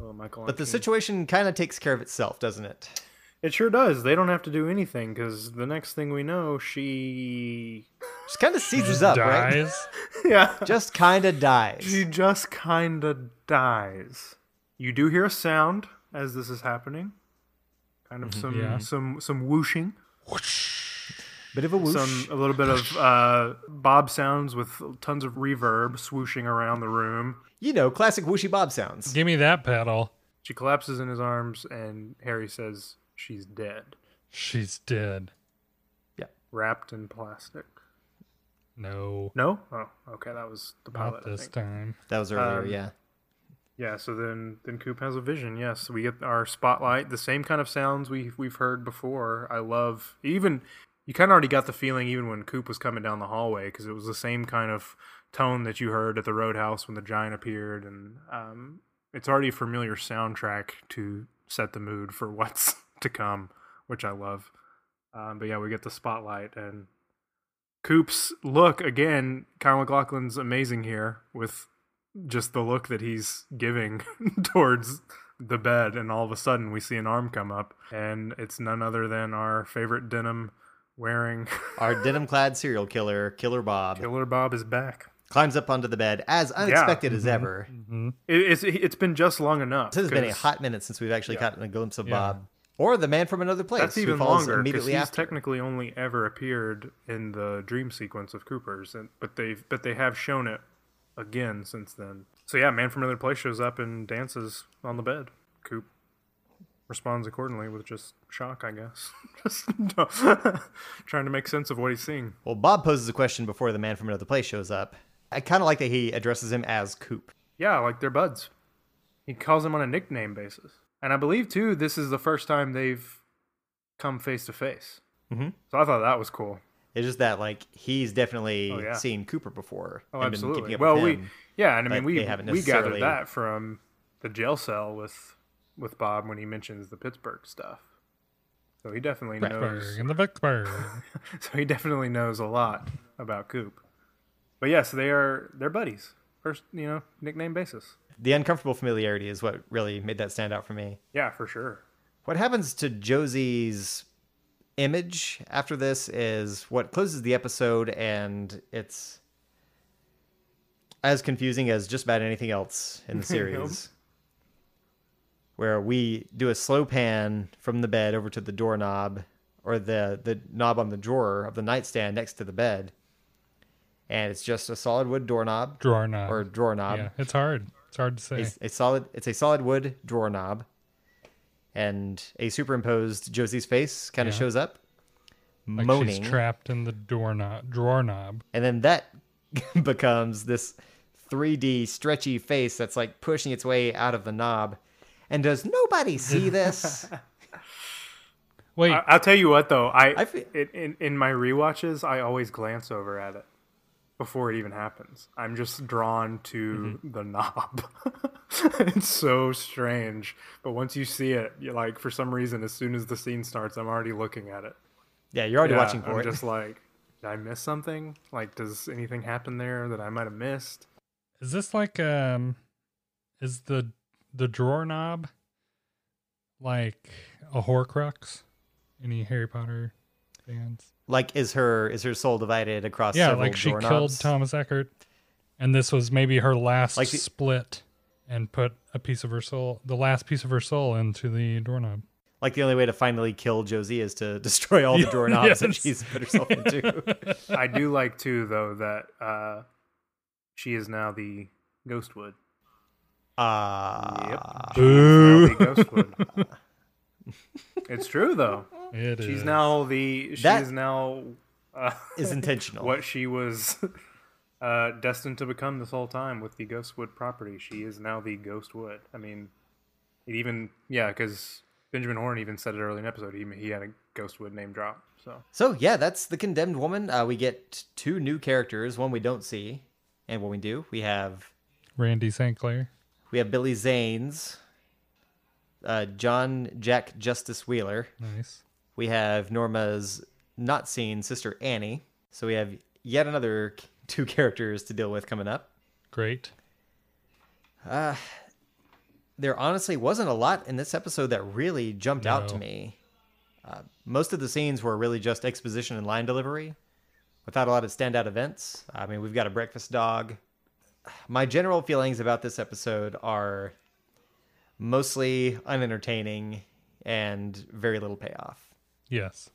S2: Oh, Michael.
S1: But the
S2: Anthony.
S1: situation kind of takes care of itself, doesn't it?
S2: It sure does. They don't have to do anything cuz the next thing we
S1: <laughs>
S2: know, she
S1: Just kind of seizes up, right?
S3: Dies.
S2: Yeah.
S1: Just kind of dies.
S2: She just kind of dies. You do hear a sound as this is happening, kind of some
S3: Mm-hmm. Yeah.
S2: some some whooshing,
S1: Bit of a whoosh.
S2: some a little bit of uh, bob sounds with tons of reverb swooshing around the room.
S1: You know, classic whooshy bob sounds.
S3: Give me that pedal.
S2: She collapses in his arms, and Harry says she's dead,
S3: She's dead.
S2: wrapped in plastic.
S3: No.
S2: No, oh, okay, that was the pilot.
S3: Not
S2: I
S3: this
S2: think.
S3: time.
S1: That was earlier,
S2: Um,
S1: yeah.
S2: Yeah, so then then Coop has a vision. Yes, we get our spotlight, the same kind of sounds we we've heard before. I love even you kind of already got the feeling even when Coop was coming down the hallway because it was the same kind of tone that you heard at the Roadhouse when the giant appeared, and um, it's already a familiar soundtrack to set the mood for <laughs> what's to come, which I love. Um, but yeah, we get the spotlight and Coop's look again. Kyle McLaughlin's amazing here with just the look that he's giving <laughs> towards the bed and all of a sudden we see an arm come up and it's none other than our favorite denim wearing <laughs>
S1: Our denim clad serial killer, Killer Bob,
S2: killer bob is back
S1: climbs up onto the bed as unexpected
S2: mm-hmm.
S1: as ever.
S2: it, it's it's been just long enough
S1: This has been a
S2: 'cause
S1: hot minute since we've actually gotten a glimpse of
S3: Yeah.
S1: Bob. Or the man from another place
S2: that's
S1: who
S2: even
S1: falls
S2: longer because
S1: immediately
S2: he's
S1: after.
S2: technically only ever appeared in the dream sequence of Cooper's, and, but they've but they have shown it again since then. So yeah, man from another place shows up and dances on the bed. Coop responds accordingly with just shock, I guess, <laughs> just trying to make sense of what he's seeing.
S1: Well, Bob poses a question before the man from another place shows up. I kind of like that he addresses him as Coop.
S2: Yeah, like they're buds. He calls him on a nickname basis. And I believe too, this is the first time they've come face to face.
S1: Mhm.
S2: So I thought that was cool.
S1: It's just that like he's definitely
S2: Oh, yeah.
S1: seen Cooper before.
S2: Oh,
S1: and been
S2: absolutely.
S1: keeping up
S2: Well,
S1: with
S2: we
S1: him.
S2: yeah, and I
S1: but
S2: mean we
S1: they haven't
S2: we
S1: necessarily-
S2: gathered that from the jail cell with with Bob when he mentions the Pittsburgh stuff. So he definitely knows.
S3: Vicksburg and the Vicksburg.
S2: <laughs> So he definitely knows a lot about Coop. But yes, they are they're buddies. First, you know, nickname basis.
S1: the uncomfortable familiarity is what really made that stand out for me.
S2: Yeah, for sure.
S1: What happens to Josie's image after this is what closes the episode, and it's as confusing as just about anything else in the series. Where we do a slow pan from the bed over to the doorknob or the, the knob on the drawer of the nightstand next to the bed. And it's just a solid wood doorknob
S3: Drawer knob.
S1: or drawer knob
S3: yeah, it's hard. It's hard to say.
S1: a, a solid it's a solid wood drawer knob and a superimposed josie's face kind of
S3: Yeah.
S1: shows up
S3: Like
S1: moaning
S3: she's trapped in the door knob, drawer knob.
S1: and then that <laughs> becomes this 3d stretchy face that's like pushing its way out of the knob and does nobody
S3: <laughs>
S1: see this
S3: Wait,
S2: I, I'll tell you what though, I,
S1: I fe-
S2: it, in in my rewatches, I always glance over at it before it even happens. I'm just drawn to
S1: Mm-hmm.
S2: the knob. <laughs> it's so strange, but once you see it, you like for some reason, as soon as the scene starts, I'm already looking at it.
S1: yeah you're already
S2: Yeah,
S1: watching for
S2: I'm
S1: it
S2: just like, did I miss something? Like, does anything happen there that I might have missed?
S3: is this like um, is the the drawer knob like a Horcrux? Any Harry Potter fans?
S1: like is her is her soul divided across
S3: yeah,
S1: several
S3: like she
S1: doorknobs?
S3: killed Thomas Eckert, and this was maybe her last
S1: Like the-
S3: split, and put a piece of her soul, the last piece of her soul, into the doorknob.
S1: like the only way to finally kill Josie is to <laughs> destroy
S3: <laughs>
S1: all the drawer knobs that
S3: yes.
S1: she's put herself
S3: <laughs>
S1: into. <laughs>
S2: I do like too, though, that uh, she is now the Ghostwood.
S1: Ah,
S2: Now the Ghostwood. it's true though.
S3: It
S2: She's
S3: is.
S2: now the. She
S1: That-
S2: is now uh,
S1: is intentional.
S2: what she was <laughs> uh, destined to become this whole time with the Ghostwood property. She is now the Ghostwood. I mean, it even yeah, because Benjamin Horn even said it early in the episode. He he had a Ghostwood name drop. So
S1: So yeah, that's the condemned woman. Uh, we get two new characters, one we don't see, and one we do. We have
S3: Randy St. Clair.
S1: we have Billy Zanes, uh, John Jack Justice Wheeler.
S3: Nice.
S1: We have Norma's not seen sister Annie. So we have yet another <laughs> c- two characters to deal with coming up.
S3: Great.
S1: There honestly wasn't a lot in this episode that really jumped out to
S3: No.
S1: me. Uh, most of the scenes were really just exposition and line delivery without a lot of standout events. I mean, we've got a breakfast dog. My general feelings about this episode are mostly unentertaining and very little payoff.
S3: Yes.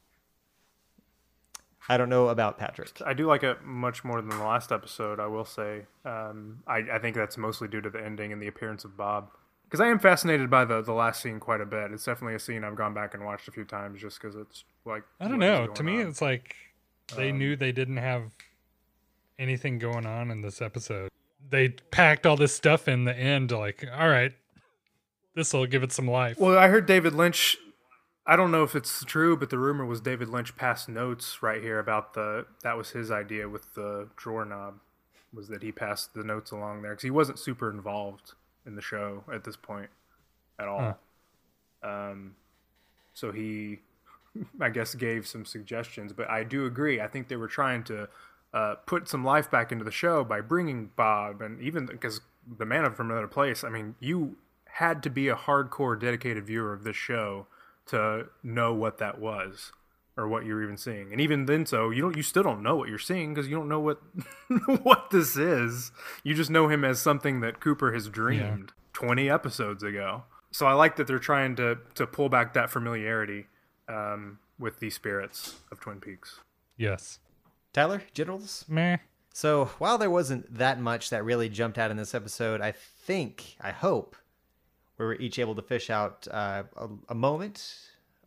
S1: I don't know about Patrick.
S2: I do like it much more than the last episode. I will say. Um, I I think that's mostly due to the ending and the appearance of Bob. Because I am fascinated by the, the last scene quite a bit. It's definitely a scene I've gone back and watched a few times just because it's like
S3: I don't
S2: what is
S3: know.
S2: going
S3: To me,
S2: on. Um,
S3: it's like they knew they didn't have anything going on in this episode. They packed all this stuff in the end, like, all right, this will give it some life.
S2: Well, I heard David Lynch. I don't know if it's true, but the rumor was David Lynch passed notes right here about the that was his idea with the drawer knob, was that he passed the notes along there because he wasn't super involved in the show at this point at all. Um, so he, I guess, gave some suggestions. But I do agree. I think they were trying to uh, put some life back into the show by bringing Bob and even because the man from another place. I mean, you had to be a hardcore, dedicated viewer of this show to know what that was or what you're even seeing. And even then, so you don't, you still don't know what you're seeing because you don't know what <laughs> what this is. You just know him as something that Cooper has dreamed 20 episodes ago. So I like that they're trying to to pull back that familiarity um, with the spirits of Twin Peaks.
S3: yes.
S1: Tyler, generals?
S3: Meh.
S1: So while there wasn't that much that really jumped out in this episode, I think, I hope, we were each able to fish out uh, a, a moment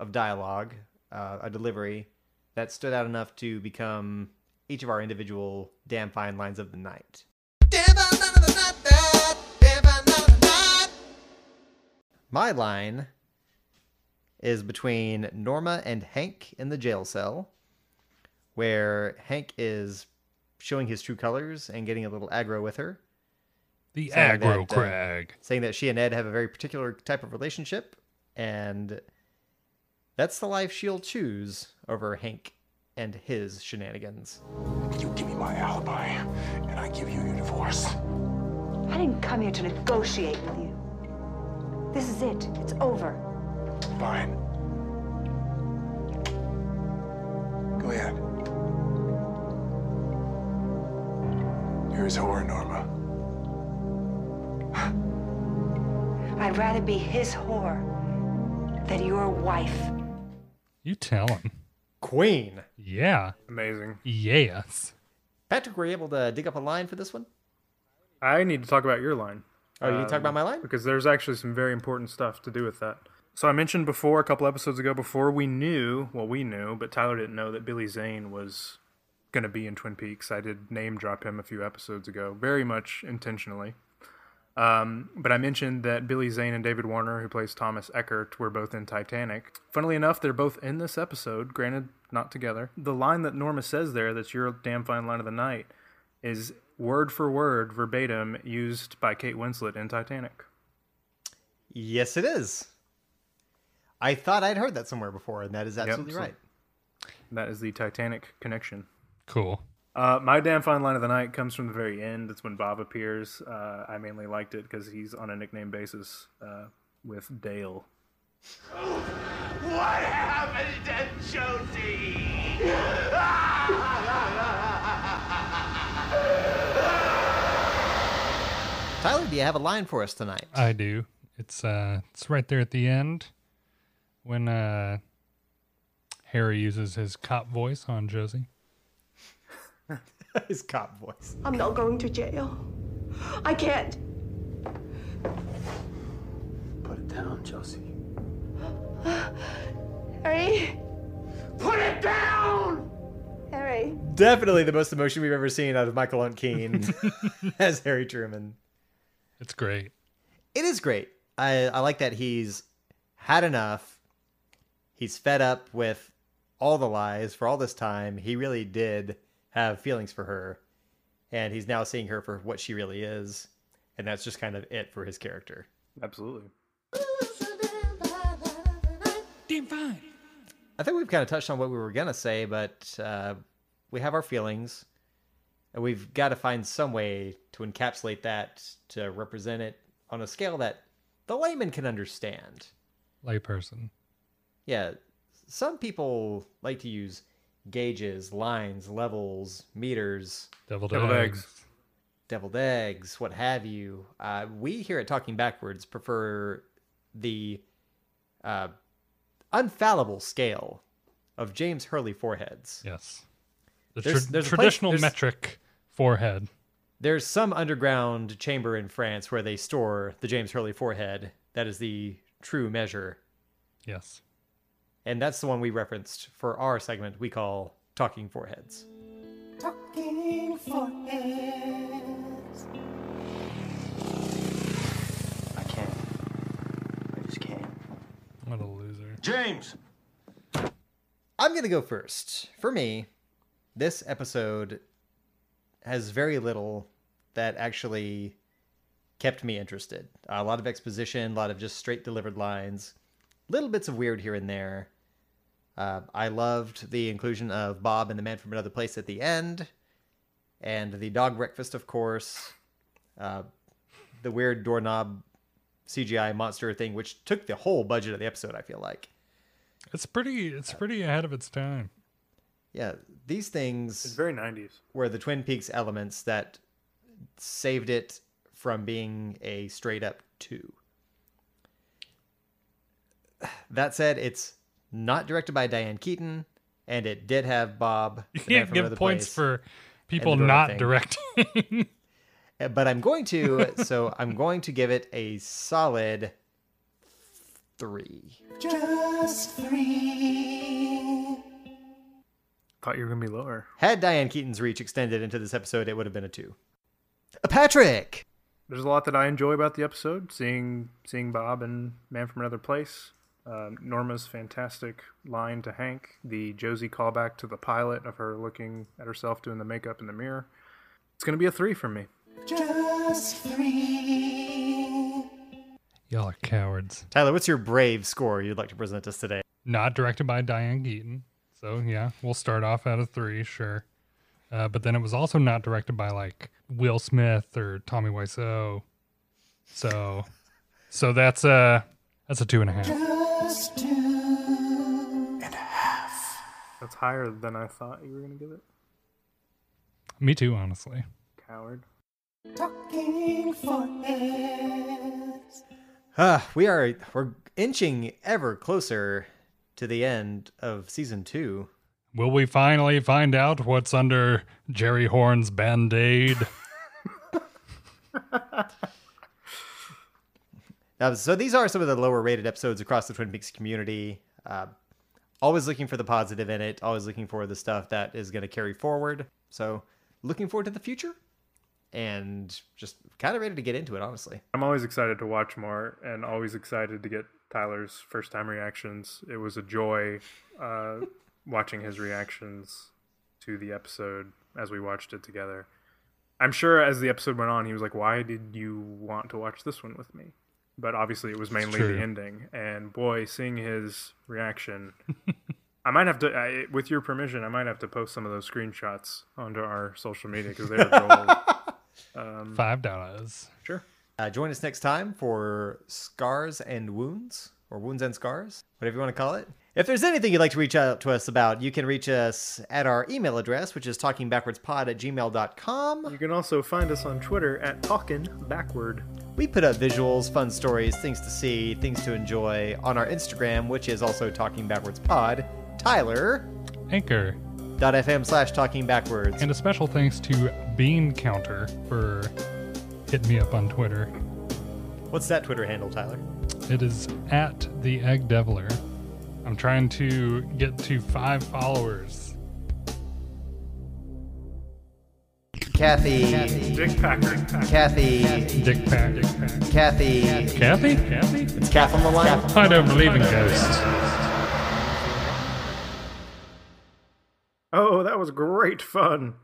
S1: of dialogue, uh, a delivery that stood out enough to become each of our individual damn fine lines of the night. My line is between Norma and Hank in the jail cell, where Hank is showing his true colors and getting a little aggro with her,
S3: The
S1: Sorry, that, uh,
S3: aggro crag.
S1: saying that she and Ed have a very particular type of relationship, and that's the life she'll choose over Hank and his shenanigans.
S5: You give me my alibi, and I give you your divorce.
S6: I didn't come here to negotiate with you. This is it. It's over.
S5: Fine. Go ahead. You're his whore, Norma.
S6: I'd rather be his whore than your wife.
S3: You tell him.
S1: Queen.
S3: Yeah.
S2: Amazing.
S3: Yes.
S1: Patrick, were you able to dig up a line for this one?
S2: I need to talk about your line.
S1: Oh, you talk about my line?
S2: because there's actually some very important stuff to do with that. So I mentioned before a couple episodes ago before we knew, well we knew, but Tyler didn't know that Billy Zane was going to be in Twin Peaks. I did name drop him a few episodes ago, very much intentionally. Um, but I mentioned that Billy Zane and David Warner, who plays Thomas Eckert, were both in Titanic. Funnily enough, they're both in this episode, granted not together. The line that Norma says there, that's your damn fine line of the night, is word for word verbatim used by Kate Winslet in Titanic.
S1: Yes, it is. I thought I'd heard that somewhere before, and that is absolutely
S2: so-
S1: right.
S2: That is the Titanic connection.
S3: Cool.
S2: Uh, my damn fine line of the night comes from the very end. It's when Bob appears. Uh, I mainly liked it because he's on a nickname basis uh, with Dale.
S7: What happened to Josie?
S1: Tyler, do you have a line for us tonight?
S3: I do. It's uh it's right there at the end when uh, Harry uses his cop voice on Josie.
S1: <laughs> His cop voice.
S6: I'm not going to jail. I can't.
S8: Put it down, Josie.
S6: Harry,
S7: Put it down!
S6: Harry.
S1: Definitely the most emotion we've ever seen out of Michael Hunt Keane <laughs> as Harry Truman.
S3: It's great.
S1: it is great. I, I like that he's had enough. He's fed up with all the lies for all this time. He really did have feelings for her, and he's now seeing her for what she really is, and that's just kind of it for his character.
S2: Absolutely.
S1: I think we've kind of touched on what we were gonna say, but uh, we have our feelings, and we've got to find some way to encapsulate that to represent it on a scale that the layman can understand.
S3: Layperson.
S1: Yeah, some people like to use gauges, lines, levels, meters,
S3: Deviled,
S2: Deviled
S3: eggs.
S2: eggs.
S1: deviled eggs, what have you. Uh, we here at Talking Backwards prefer the uh, unfallible scale of James Hurley foreheads.
S3: Yes. The
S1: There's-
S3: tra-
S1: there's a place-
S3: traditional
S1: there's-
S3: metric forehead.
S1: There's some underground chamber in France where they store the James Hurley forehead. That is the true measure.
S3: Yes.
S1: And that's the one we referenced for our segment we call Talking Foreheads.
S8: I can't. I just can't.
S3: What a loser.
S8: James!
S1: I'm going to go first. For me, this episode has very little that actually kept me interested. A lot of exposition, a lot of just straight delivered lines, little bits of weird here and there. Uh, I loved the inclusion of Bob and the man from another place at the end, and the dog breakfast, of course, uh, the weird doorknob CGI monster thing, which took the whole budget of the episode, I feel like.
S3: It's pretty it's pretty ahead of its time.
S1: Yeah, these things.
S2: It's very 90s.
S1: were the Twin Peaks elements that saved it from being a straight up two. That said, it's not directed by Diane Keaton, and it did have Bob.
S3: You
S1: the man
S3: can't
S1: from
S3: give
S1: Another
S3: points
S1: Place.
S3: for people
S1: doing
S3: not
S1: thing.
S3: directing. <laughs>
S1: Uh, but I'm going to, so I'm going to give it a solid three.
S2: Thought you were going to be lower.
S1: Had Diane Keaton's reach extended into this episode, it would have been a two. Uh, Patrick,
S2: There's a lot that I enjoy about the episode. Seeing seeing Bob and Man from Another Place. Um, Norma's fantastic line to Hank. The Josie callback to the pilot of her looking at herself doing the makeup in the mirror. It's going to be a three from me.
S3: Y'all are cowards.
S1: Tyler, what's your brave score you'd like to present us today?
S3: not directed by Diane Keaton. So yeah, we'll start off at a three, sure. Uh, but then it was also not directed by like Will Smith or Tommy Wiseau. So, so that's a that's a two and a half.
S2: That's higher than I thought you were going to give it.
S3: Me too, honestly.
S2: Coward.
S1: Uh, we are we're inching ever closer to the end of season two.
S3: Will we finally find out what's under Jerry Horn's band aid?
S1: Now, so these are some of the lower rated episodes across the Twin Peaks community. Uh, always looking for the positive in it. Always looking for the stuff that is going to carry forward. So looking forward to the future, and just kind of ready to get into it. Honestly,
S2: I'm always excited to watch more and always excited to get Tyler's first time reactions. It was a joy uh, watching his reactions to the episode as we watched it together. I'm sure as the episode went on, he was like, Why did you want to watch this one with me? But obviously, it was mainly
S3: true.
S2: the ending. And boy, seeing his reaction, I might have to, I, with your permission, I might have to post some of those screenshots onto our social media because they're gold.
S3: Five dollars.
S2: sure.
S1: uh, join us next time for scars and wounds, or wounds and scars, whatever you want to call it. If there's anything you'd like to reach out to us about, you can reach us at our email address, which is talkingbackwardspod at gmail.com.
S2: You can also find us on Twitter at Talkin' Backward.
S1: We put up visuals, fun stories, things to see, things to enjoy on our Instagram, which is also Talking Backwards Pod. Tyler.
S3: Anchor.
S1: FM slash talking backwards.
S3: And a special thanks to Bean Counter for hitting me up on Twitter.
S1: What's that Twitter handle, Tyler?
S3: It is at the Egg Deviler. I'm trying to get to five followers.
S1: Kathy.
S2: Dick Packer.
S1: Kathy.
S3: Dick Pack.
S1: Kathy.
S3: Kathy? Kathy?
S1: It's Kath on the line.
S3: I don't believe in ghosts.
S2: Oh, that was great fun.